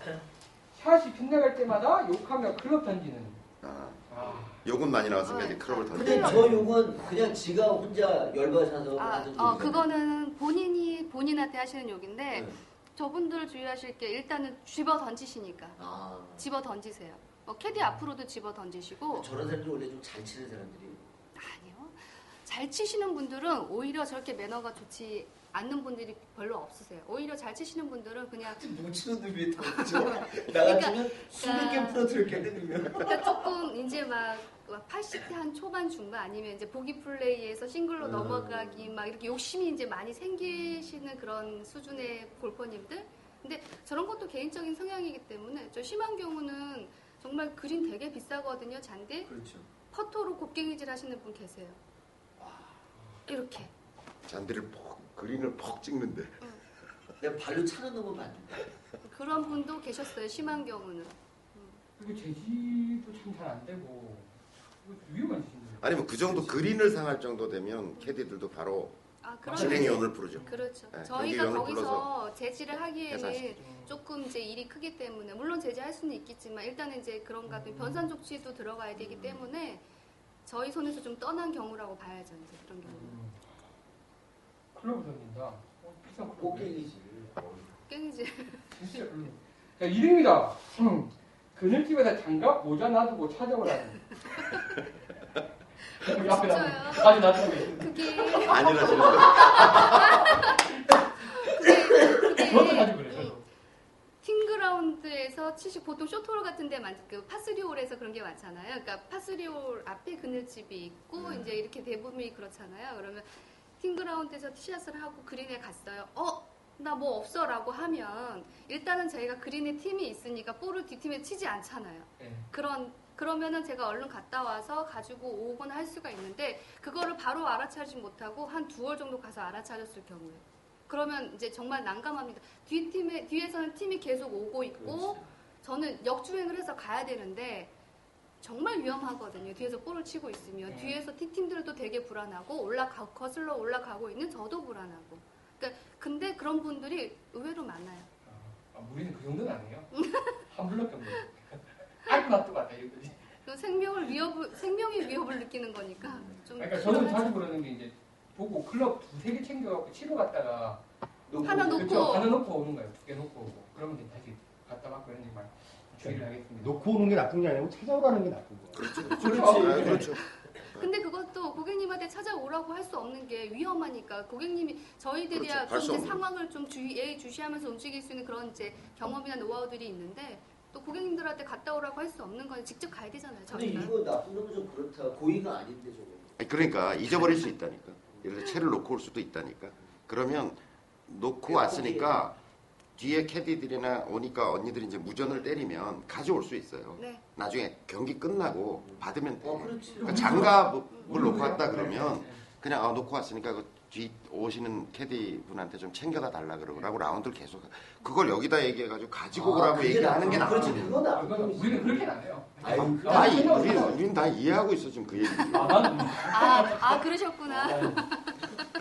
Speaker 1: 샷이 빗나갈 때마다 욕하며 클럽 던지는.
Speaker 2: 아,
Speaker 1: 아,
Speaker 2: 욕은 많이 나왔으니까 이제 클럽을
Speaker 4: 근데
Speaker 2: 던져
Speaker 4: 저 욕은 그냥 지가 혼자 열받아서
Speaker 3: 아,
Speaker 4: 하는
Speaker 3: 어,
Speaker 4: 욕이잖아요.
Speaker 3: 그거는 본인이 본인한테 하시는 욕인데
Speaker 4: 네.
Speaker 3: 저분들 주의하실 게 일단은 집어 던지시니까
Speaker 4: 아
Speaker 3: 집어 던지세요. 뭐 캐디 앞으로도 집어 던지시고
Speaker 4: 저런 사람들이 원래 좀 잘 치는 사람들이
Speaker 3: 아니요. 잘 치시는 분들은 오히려 저렇게 매너가 좋지 않는 분들이 별로 없으세요. 오히려 잘 치시는 분들은 그냥
Speaker 4: 못 치는 놈이 더 그죠? 나
Speaker 3: 그러니까-
Speaker 4: 같으면 수백 개
Speaker 3: 그러니까-
Speaker 4: 풀어드렸겠는데요.
Speaker 3: 그러니까 조금 이제 막, 막 80대 한 초반 중반 아니면 이제 보기 플레이에서 싱글로
Speaker 4: 음.
Speaker 3: 넘어가기 막 이렇게 욕심이 이제 많이 생기시는 그런 수준의 골퍼님들. 근데 저런 것도 개인적인 성향이기 때문에 저 심한 경우는 정말 그린 되게 비싸거든요. 잔디
Speaker 4: 그렇죠.
Speaker 3: 퍼터로 곡괭이질 하시는 분 계세요. 이렇게.
Speaker 2: 잔디를 퍽 그린을 퍽 찍는데
Speaker 4: 내가 발로 차는 놈은 봤는데.
Speaker 3: 그런 분도 계셨어요. 심한 경우는.
Speaker 1: 그리고 제지도 참 잘 안 되고, 이거 위험한 짓인데.
Speaker 2: 아니면 그 정도 그린을 상할 정도 되면 캐디들도 바로
Speaker 3: 아, 그런
Speaker 2: 진행이 오늘 부르죠
Speaker 3: 그렇죠.
Speaker 2: 네,
Speaker 3: 저희가
Speaker 2: 경기장을
Speaker 3: 거기서 제지를
Speaker 2: 해서
Speaker 3: 하기에는
Speaker 2: 하시죠.
Speaker 3: 조금 이제 일이 크기 때문에 물론 제지할 수는 있겠지만 일단은 이제 그런 것
Speaker 2: 음.
Speaker 3: 같은 변산 조치도 들어가야 되기 때문에 저희 손에서 좀 떠난 경우라고 봐야죠. 이제 그런 경우.
Speaker 1: 음. 클럽을 던진다. 어,
Speaker 2: 아,
Speaker 1: 비싼 클럽.
Speaker 2: 네.
Speaker 4: 꽃게이지.
Speaker 3: 깽이지.
Speaker 1: 진짜 별로. 자, 이름이다. 음. 그늘집에서 장갑 모자 놔두고 찾아오라는. 그 앞에 놔두고.
Speaker 3: 진짜요.
Speaker 1: 아주 놔두고 계시는.
Speaker 3: 그게
Speaker 2: 아니라시는
Speaker 1: 저도
Speaker 3: 그게 그게
Speaker 1: 가지고 그래요. 저도.
Speaker 3: 킹그라운드에서 70 보통 쇼트홀 같은 데 많, 그 파스리홀에서 그런 게 많잖아요. 그러니까 파스리홀 앞에 그늘집이 있고
Speaker 4: 네.
Speaker 3: 이제 이렇게 대부분이 그렇잖아요. 그러면 킹그라운드에서 티샷을 하고 그린에 갔어요. 어? 나 뭐 없어라고 하면 일단은 저희가 그린에 팀이 있으니까 볼을 뒷팀에 치지 않잖아요.
Speaker 1: 네.
Speaker 3: 그런 그러면은 제가 얼른 갔다 와서 가지고 오곤 할 수가 있는데 그거를 바로 알아차리지 못하고 한 두 월 정도 가서 알아차렸을 경우에 그러면 이제 정말 난감합니다. 뒤 팀에 뒤에서는 팀이 계속 오고 있고
Speaker 4: 그렇지.
Speaker 3: 저는 역주행을 해서 가야 되는데 정말 위험하거든요. 뒤에서 볼을 치고 있으면
Speaker 1: 네.
Speaker 3: 뒤에서 T 팀들도 되게 불안하고 올라가 거슬러 올라가고 있는 저도 불안하고. 그러니까 근데 그런 분들이 의외로 많아요.
Speaker 1: 아, 우리는 그 정도는 아니에요. 한 블럭 정도. 아이고, 놔두고 왔다. 이거지.
Speaker 3: 그 생명을 위협을 생명의 위협을 느끼는 거니까 좀
Speaker 1: 그러니까 저는
Speaker 3: 불안하죠.
Speaker 1: 자주 그러는 게 이제 보고 클럽 두세 개 챙겨갖고 치러 갔다가
Speaker 4: 놓고
Speaker 3: 하나 놓고.
Speaker 1: 그쵸? 하나 그렇죠. 놓고 오는 거예요. 두 개 놓고 오고. 그러면 이제 다시 갔다 받고 이런 얘기만
Speaker 2: 네.
Speaker 1: 주의를 하겠습니다.
Speaker 5: 놓고 오는 게 나쁜 게 아니고 찾아오라는 게 나쁜 거야.
Speaker 2: 그렇죠
Speaker 1: 그렇지.
Speaker 2: 아, 그렇죠
Speaker 3: 근데 그것도 고객님한테 찾아오라고 할 수 없는 게 위험하니까 고객님이 저희들이야
Speaker 2: 그렇죠. 할수
Speaker 3: 좀 이제
Speaker 2: 없는.
Speaker 3: 상황을 좀 주의해 주시하면서 움직일 수 있는 그런 이제 경험이나 노하우들이 있는데 또 고객님들한테 갔다 오라고 할 수 없는 건 직접 가야 되잖아요.
Speaker 4: 근데
Speaker 3: 저희가.
Speaker 4: 이거 나쁜 놈은 좀 그렇다. 고의가 아닌데 저거.
Speaker 2: 아니, 그러니까 잊어버릴 수 있다니까. 예를 들어 채를 놓고 올 수도 있다니까. 그러면 놓고 왔으니까 뒤에 캐디들이나 오니까 언니들이 이제 무전을 때리면 가져올 수 있어요.
Speaker 3: 네.
Speaker 2: 나중에 경기 끝나고 받으면 돼.
Speaker 4: 어 그렇지.
Speaker 2: 그러니까 장갑을
Speaker 1: 우리는
Speaker 2: 놓고 왔다
Speaker 1: 그냥-
Speaker 2: 그러면
Speaker 1: 네, 네.
Speaker 2: 그냥 아, 놓고 왔으니까 그 뒤 오시는 캐디 분한테 좀 챙겨가 달라 그러라고 라운드를 계속 그걸 여기다 얘기해가지고 가지고
Speaker 4: 아,
Speaker 2: 오라고
Speaker 4: 그게
Speaker 2: 얘기하는 게
Speaker 4: 나쁜-
Speaker 2: 나쁜
Speaker 4: 그렇지
Speaker 2: 거예요.
Speaker 4: 그거
Speaker 1: 아,
Speaker 4: 나쁜
Speaker 1: 그건
Speaker 4: 놈이지.
Speaker 1: 우리는 그렇게는 안 해요.
Speaker 4: 아유,
Speaker 2: 다 이-
Speaker 1: 생각보다
Speaker 2: 우린
Speaker 3: 네.
Speaker 2: 우린 다 이해하고 있어 지금 그 얘기.
Speaker 1: 나는
Speaker 3: 아, 아 그러셨구나.
Speaker 2: 네.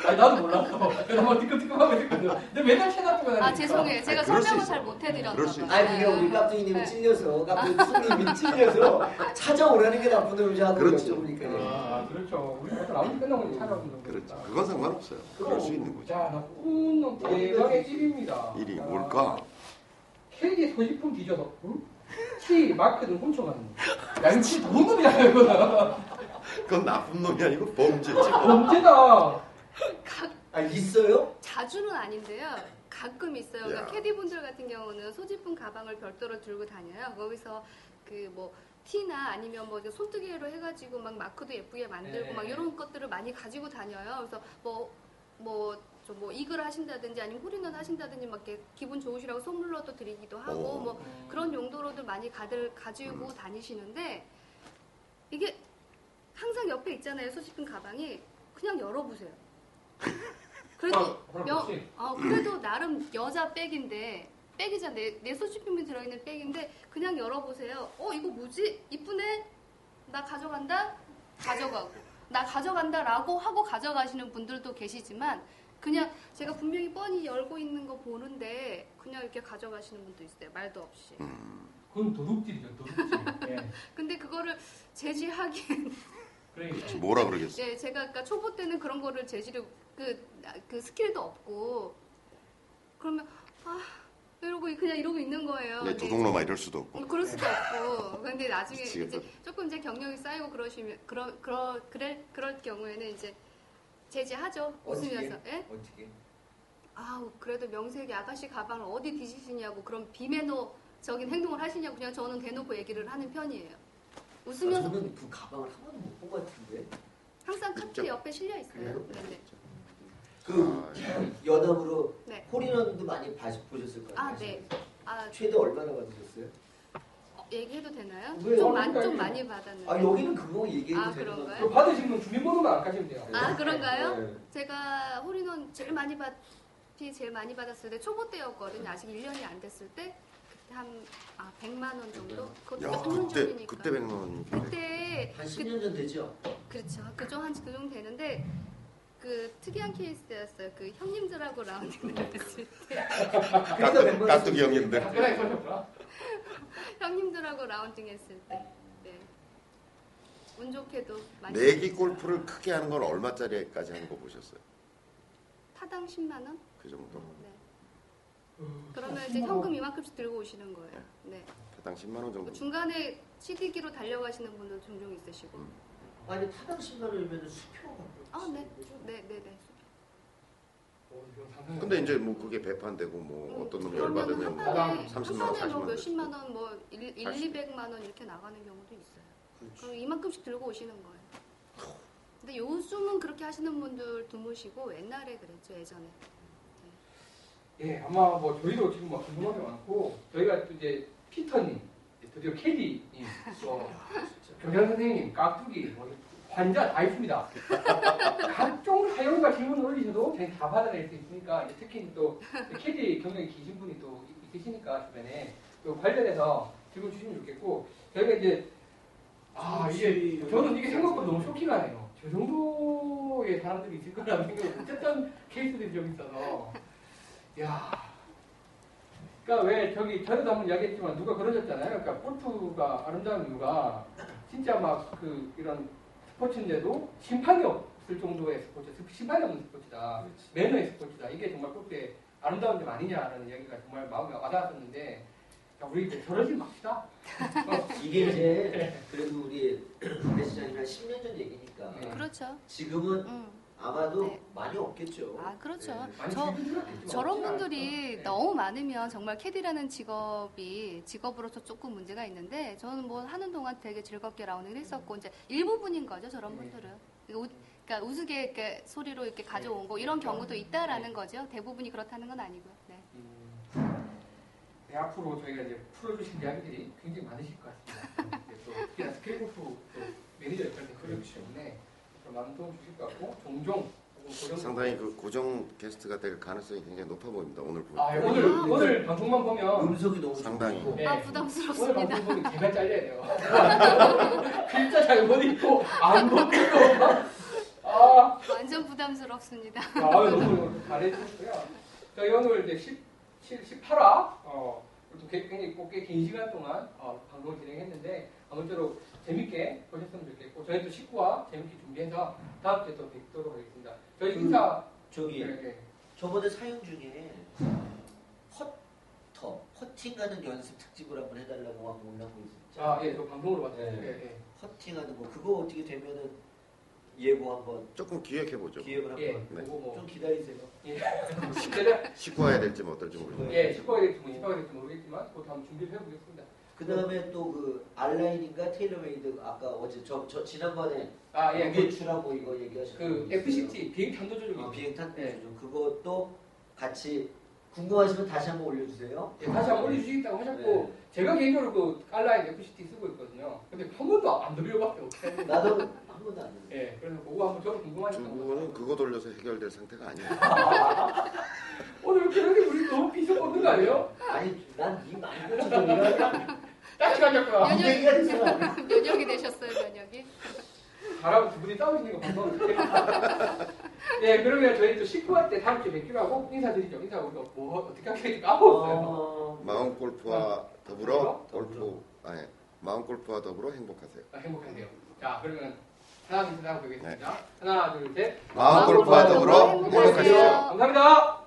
Speaker 1: 아니 나도 몰랐어. 그래서 뭐 뜨끔뜨끔하고 있거든. 근데 맨날 채널 보고
Speaker 3: 아 죄송해요. 제가
Speaker 2: 아니, 그럴 수
Speaker 3: 설명을
Speaker 2: 있어.
Speaker 3: 잘 못해드렸나
Speaker 2: 그럴 수
Speaker 3: 봐요.
Speaker 2: 있어.
Speaker 4: 아니 그게 우리
Speaker 3: 네.
Speaker 4: 깍두기님이
Speaker 3: 네.
Speaker 4: 찔려서 깍두기 손님이 찔려서 찾아오라는 게 나쁜 놈이지 하고
Speaker 2: 그렇지. 네.
Speaker 4: 여쭤보니까
Speaker 1: 아 그렇죠. 우리 가 라운드 끝나고 찾아오는 거.
Speaker 2: 그렇죠. 그건 상관없어요. 그럴 수 있는 거죠.
Speaker 1: 자 나쁜 놈 대박의 1입니다.
Speaker 2: 그 일이 뭘까?
Speaker 1: 케이지 소지품 뒤져서 응? 키 마크 등 훔쳐가는 거. 야 이거 진짜 좋은 놈이야 이거.
Speaker 2: 그건 나쁜 놈이 아니고 범죄지. 뭐.
Speaker 1: 범죄다.
Speaker 4: 아 있어요?
Speaker 3: 자주는 아닌데요. 가끔 있어요. 그러니까
Speaker 2: 야.
Speaker 3: 캐디분들 같은 경우는 소지품 가방을 별도로 들고 다녀요. 거기서 그 뭐 티나 아니면 뭐 이제 손뜨개로 해가지고 막 마크도 예쁘게 만들고
Speaker 1: 네.
Speaker 3: 막 이런 것들을 많이 가지고 다녀요. 그래서 뭐, 뭐뭐좀뭐 이글 하신다든지 아니면 홀인원 하신다든지 막 이렇게 기분 좋으시라고 선물로 또 드리기도 하고
Speaker 2: 오. 음.
Speaker 3: 뭐 그런 용도로도 많이 가들 가지고 다니시는데 이게 항상 옆에 있잖아요. 소지품 가방이 그냥 열어보세요. 그래도 여, 어, 그래도 나름 여자 백인데 백이잖아. 내, 내 소지품이 들어있는 백인데 그냥 열어보세요. 어 이거 뭐지? 이쁘네. 나 가져간다. 가져가고 나 가져간다라고 하고 가져가시는 분들도 계시지만 그냥 제가 분명히 뻔히 열고 있는 거 보는데 그냥 이렇게 가져가시는 분도 있어요. 말도 없이.
Speaker 1: 그건 도둑질이죠, 도둑질. 예.
Speaker 3: 근데 그거를 제지하기
Speaker 1: 그러니까.
Speaker 2: 뭐라 그러겠어?
Speaker 3: 예, 제가 아까 초보 때는 그런 거를 제시를 그, 그 스킬도 없고 그러면 아 이러고 그냥 이러고 있는 거예요.
Speaker 2: 내
Speaker 3: 근데 음,
Speaker 2: 조동로마 이럴 네, 수도 없고.
Speaker 3: 그럴 수도 없고. 근데 나중에
Speaker 2: 미치겠다.
Speaker 3: 이제 조금 이제 경력이 쌓이고 그러시면 그러 그러 그래 그럴 경우에는 이제 제지하죠.
Speaker 4: 어떻게?
Speaker 3: 웃으면서. 예?
Speaker 4: 어떻게? 아,
Speaker 3: 아우 그래도 명색이 아가씨 가방을 어디 뒤지시냐고 그런 비매너적인 행동을 하시냐고 그냥 저는 대놓고 얘기를 하는 편이에요.
Speaker 4: 아,
Speaker 3: 웃으면서
Speaker 4: 저는 그 가방을 한 번도 못 본 것 같은데.
Speaker 3: 항상 카트 옆에 실려 있어요.
Speaker 4: 그래요?
Speaker 3: 네네.
Speaker 4: 그 연합으로
Speaker 3: 네.
Speaker 4: 홀인원도 많이 봐- 보셨을 거예요.
Speaker 3: 아, 네. 아
Speaker 4: 최대 얼마나 받으셨어요?
Speaker 3: 어, 얘기해도 되나요?
Speaker 4: 왜?
Speaker 3: 좀, 많,
Speaker 1: 그러니까요.
Speaker 3: 좀 많이 받았는데.
Speaker 4: 아 여기는 그거 얘기해도
Speaker 3: 네. 아,
Speaker 4: 되는
Speaker 3: 그런가요?
Speaker 1: 그 받으신 분 주민번호만 안 까시면 돼요.
Speaker 3: 아, 그런가요?
Speaker 4: 네.
Speaker 3: 제가 홀인원 제일 많이 받, 피 제일 많이 받았을 때 초보 때였거든요. 아직 1년이 안 됐을 때 그때 한 아, 100만 원 정도? 그것도
Speaker 2: 네. 야,
Speaker 3: 몇 년
Speaker 2: 그때
Speaker 3: 전이니까.
Speaker 2: 그때 백만 원인데.
Speaker 3: 그때
Speaker 4: 한 10년 전 되죠?
Speaker 3: 그렇죠. 그정 한그 정도 되는데 그 특이한 케이스였어요. 그 형님들하고 라운딩을 했을 때
Speaker 2: 아,
Speaker 4: 그러니까 웬만해서
Speaker 2: 까뚜기 형인데.
Speaker 1: 작가에 걸렸구나.
Speaker 2: 그
Speaker 3: 형님들하고 라운딩 했을 때 네. 운 좋게도 많이
Speaker 2: 내기 골프를 크게 하는 건 얼마짜리까지 하는 거 보셨어요?
Speaker 3: 타당 10만 원?
Speaker 2: 그 정도.
Speaker 3: 그러면 이제 현금 이만큼씩 들고 오시는 거예요. 네.
Speaker 2: 그 배당 10만 원
Speaker 3: 뭐
Speaker 2: 정도.
Speaker 3: 중간에 CD기로 달려가시는 분들 종종 있으시고.
Speaker 2: 음.
Speaker 4: 아니 타당 10만 원이면 수표가
Speaker 3: 아, 네.
Speaker 4: 거죠?
Speaker 3: 네, 네, 네.
Speaker 1: 어, 이건 상상이
Speaker 2: 근데 이제 뭐 그게 배판되고 뭐 어떤 놈이 열받으면
Speaker 3: 음, 그러면 한 판에,
Speaker 2: 뭐
Speaker 1: 사당
Speaker 3: 한
Speaker 2: 30만 원,
Speaker 3: 판에
Speaker 2: 40만
Speaker 3: 뭐
Speaker 2: 원.
Speaker 3: 몇십만 원, 뭐 1, 1
Speaker 2: 40.
Speaker 3: 200만 원 이렇게 나가는 경우도 있어요.
Speaker 4: 그렇죠.
Speaker 3: 그럼 이만큼씩 들고 오시는 거예요. 근데 요즘은 그렇게 하시는 분들 드무시고 옛날에 그랬죠, 예전에.
Speaker 1: 예, 아마 뭐 저희도 지금 막 궁금한 게 많고 저희가 또 이제 피터님, 이제 드디어 캐디님, 또 교장 선생님, 깍두기, 뭐 환자 다 있습니다. 각종 사연과 질문 올리셔도 저희 다 받아낼 수 있으니까 이제 특히 또 캐디 경력이 기신 분이 또 있- 있으시니까 주변에 또 관련해서 질문 주시면 좋겠고 저희가 이제 아 이게 저는 이게 생각보다 너무 쇼킹하네요. 저 정도의 사람들이 있을 거라는 생각을 못했던 케이스들이 좀 있어서 야. 그러니까 왜 저기 전에도 한번 이야기했지만 누가 그러셨잖아요. 그러니까 골프가 아름다운 이유가 진짜 막 그 이런 스포츠인데도 심판이 없을 정도의 스포츠, 심판이 없는 스포츠다. 매너의 스포츠다. 이게 정말 골프의 아름다운 점 아니냐라는 이야기가 정말 마음에 와닿았었는데 야, 우리 이제 저러지 맙시다.
Speaker 4: 이게 이제 그래도 우리 배시장이 한 10년 전 얘기니까
Speaker 1: 네.
Speaker 2: 음.
Speaker 3: 그렇죠.
Speaker 4: 지금은
Speaker 3: 음.
Speaker 4: 아마도
Speaker 3: 네.
Speaker 4: 많이 없겠죠.
Speaker 3: 아, 그렇죠.
Speaker 4: 네.
Speaker 1: 많이
Speaker 3: 저-
Speaker 1: 즐긴 줄 알겠지만
Speaker 3: 저런
Speaker 1: 없진 않을
Speaker 3: 분들이
Speaker 1: 거예요. 네.
Speaker 3: 너무 많으면 정말 캐디라는 직업이 직업으로서 조금 문제가 있는데 저는 뭐 하는 동안 되게 즐겁게 라운딩을 했었고 이제 일부분인 거죠 저런
Speaker 1: 네.
Speaker 3: 분들은 우, 그러니까 우스개 이렇게 소리로 이렇게 가져온 거 이런
Speaker 1: 네.
Speaker 3: 경우도 있다라는 거죠 대부분이 그렇다는 건 아니고요 네.
Speaker 1: 음, 네, 앞으로 저희가 이제 풀어주신 이야기들이 굉장히 많으실 것 같습니다. 이제 또 특히나 스케일골프 또 매니저 입장에서 그렇기
Speaker 2: 그렇죠.
Speaker 1: 때문에 좀 많은 도움 주실 것 같고 종종 고정
Speaker 2: 상당히 그 고정 게스트가 될 가능성이 굉장히 높아 보입니다. 오늘
Speaker 1: 아
Speaker 2: 보니까.
Speaker 1: 오늘
Speaker 3: 네.
Speaker 1: 오늘 방송만 보면
Speaker 4: 음성이 너무
Speaker 2: 상당히.
Speaker 4: 좋고.
Speaker 1: 네.
Speaker 3: 아
Speaker 1: 오늘
Speaker 3: 부담스럽습니다
Speaker 1: 방송 보면 제가 잘려야 돼요. 글자 잘 못 읽고 안 먹고 아
Speaker 3: 완전 부담스럽습니다
Speaker 1: 아, 너무 잘해주셨고요. 자, 이 오늘 이제 17, 18화, 어, 또 개- 굉장히 꼭 꽤 긴 시간 동안 어, 방송을 진행했는데, 아무쪼록 재밌게 보셨으면 좋겠고, 저희 또 19화 재밌게 준비해서 다음 주에 또 뵙도록 하겠습니다. 저희 인사,
Speaker 4: 저기
Speaker 1: 네, 네.
Speaker 4: 저번에 사연 중에 퍼터 퍼팅하는 연습 특집을 한번 해달라고 한 올라온 거 있었죠.
Speaker 1: 아, 예, 저 방송으로 봤어요.
Speaker 4: 네.
Speaker 1: 예, 예.
Speaker 4: 퍼팅하는 거 그거 어떻게 되면은 예고 한번
Speaker 2: 조금 기획해 보죠.
Speaker 4: 기획을
Speaker 1: 예,
Speaker 4: 한번
Speaker 2: 네.
Speaker 1: 그거 뭐.
Speaker 4: 좀 기다리세요.
Speaker 1: 예. 기다려-
Speaker 2: 식구 해야 될지 뭐 어떨지 모르겠는데.
Speaker 1: 예, 19화가 될지 뭐 20화가 될지 모르겠지만, 그거 한번 준비를 해보겠습니다.
Speaker 4: 그 다음에 또 그 알라인인가 테일러메이드 아까 어제 저, 저 지난번에
Speaker 1: 아, 예, 그,
Speaker 4: 무게추라고 이거 아, 얘기하셨는데
Speaker 1: 아, 그 FCT 비행 탄도 조절기.
Speaker 4: 비행 탄
Speaker 1: 예.
Speaker 4: 네. 그것도 같이 궁금하시면 다시 한번 올려주세요.
Speaker 1: 예, 다시 한번 올려주시겠다고 하셨고
Speaker 4: 네.
Speaker 1: 제가 개인적으로 그 알라인 FCT 쓰고 있거든요. 근데 한 번도 안 돌려봤어요. 어떻게 하는지.
Speaker 4: 나도 한 번도 안 해.
Speaker 1: 예, 그래서 그거 한번 저도 궁금하니까
Speaker 2: 중국은 그거 돌려서 해결될 상태가 아니에요.
Speaker 1: 오늘 그렇게 우리 너무 비서 걷는 거 아니에요?
Speaker 4: 아니 난 이 많은 것 중에 내가
Speaker 1: 딱지 가졌구나.
Speaker 4: 안
Speaker 3: 연역이,
Speaker 4: 얘기가 됐잖아.
Speaker 3: 연역이 되셨어요, 연역이.
Speaker 1: 바람 두 분이 싸우시는 거 봐서. 예, 그러면 저희 또 19화 때 다음 주에 뵙기로 하고 인사드리죠. 인사 우리가 뭐 어떻게 하게 까먹었어요.
Speaker 4: 어,
Speaker 2: 마음 골프와 더불어
Speaker 1: 더불어?
Speaker 2: 골프 아니 예. 마음 골프와 더불어 행복하세요.
Speaker 1: 아, 행복한데요. 자, 그러면 하나 둘셋 하고 보겠습니다. 하나 둘 셋.
Speaker 2: 마음 골프와 더불어
Speaker 3: 행복하세요.
Speaker 2: 행복하세요.
Speaker 1: 감사합니다.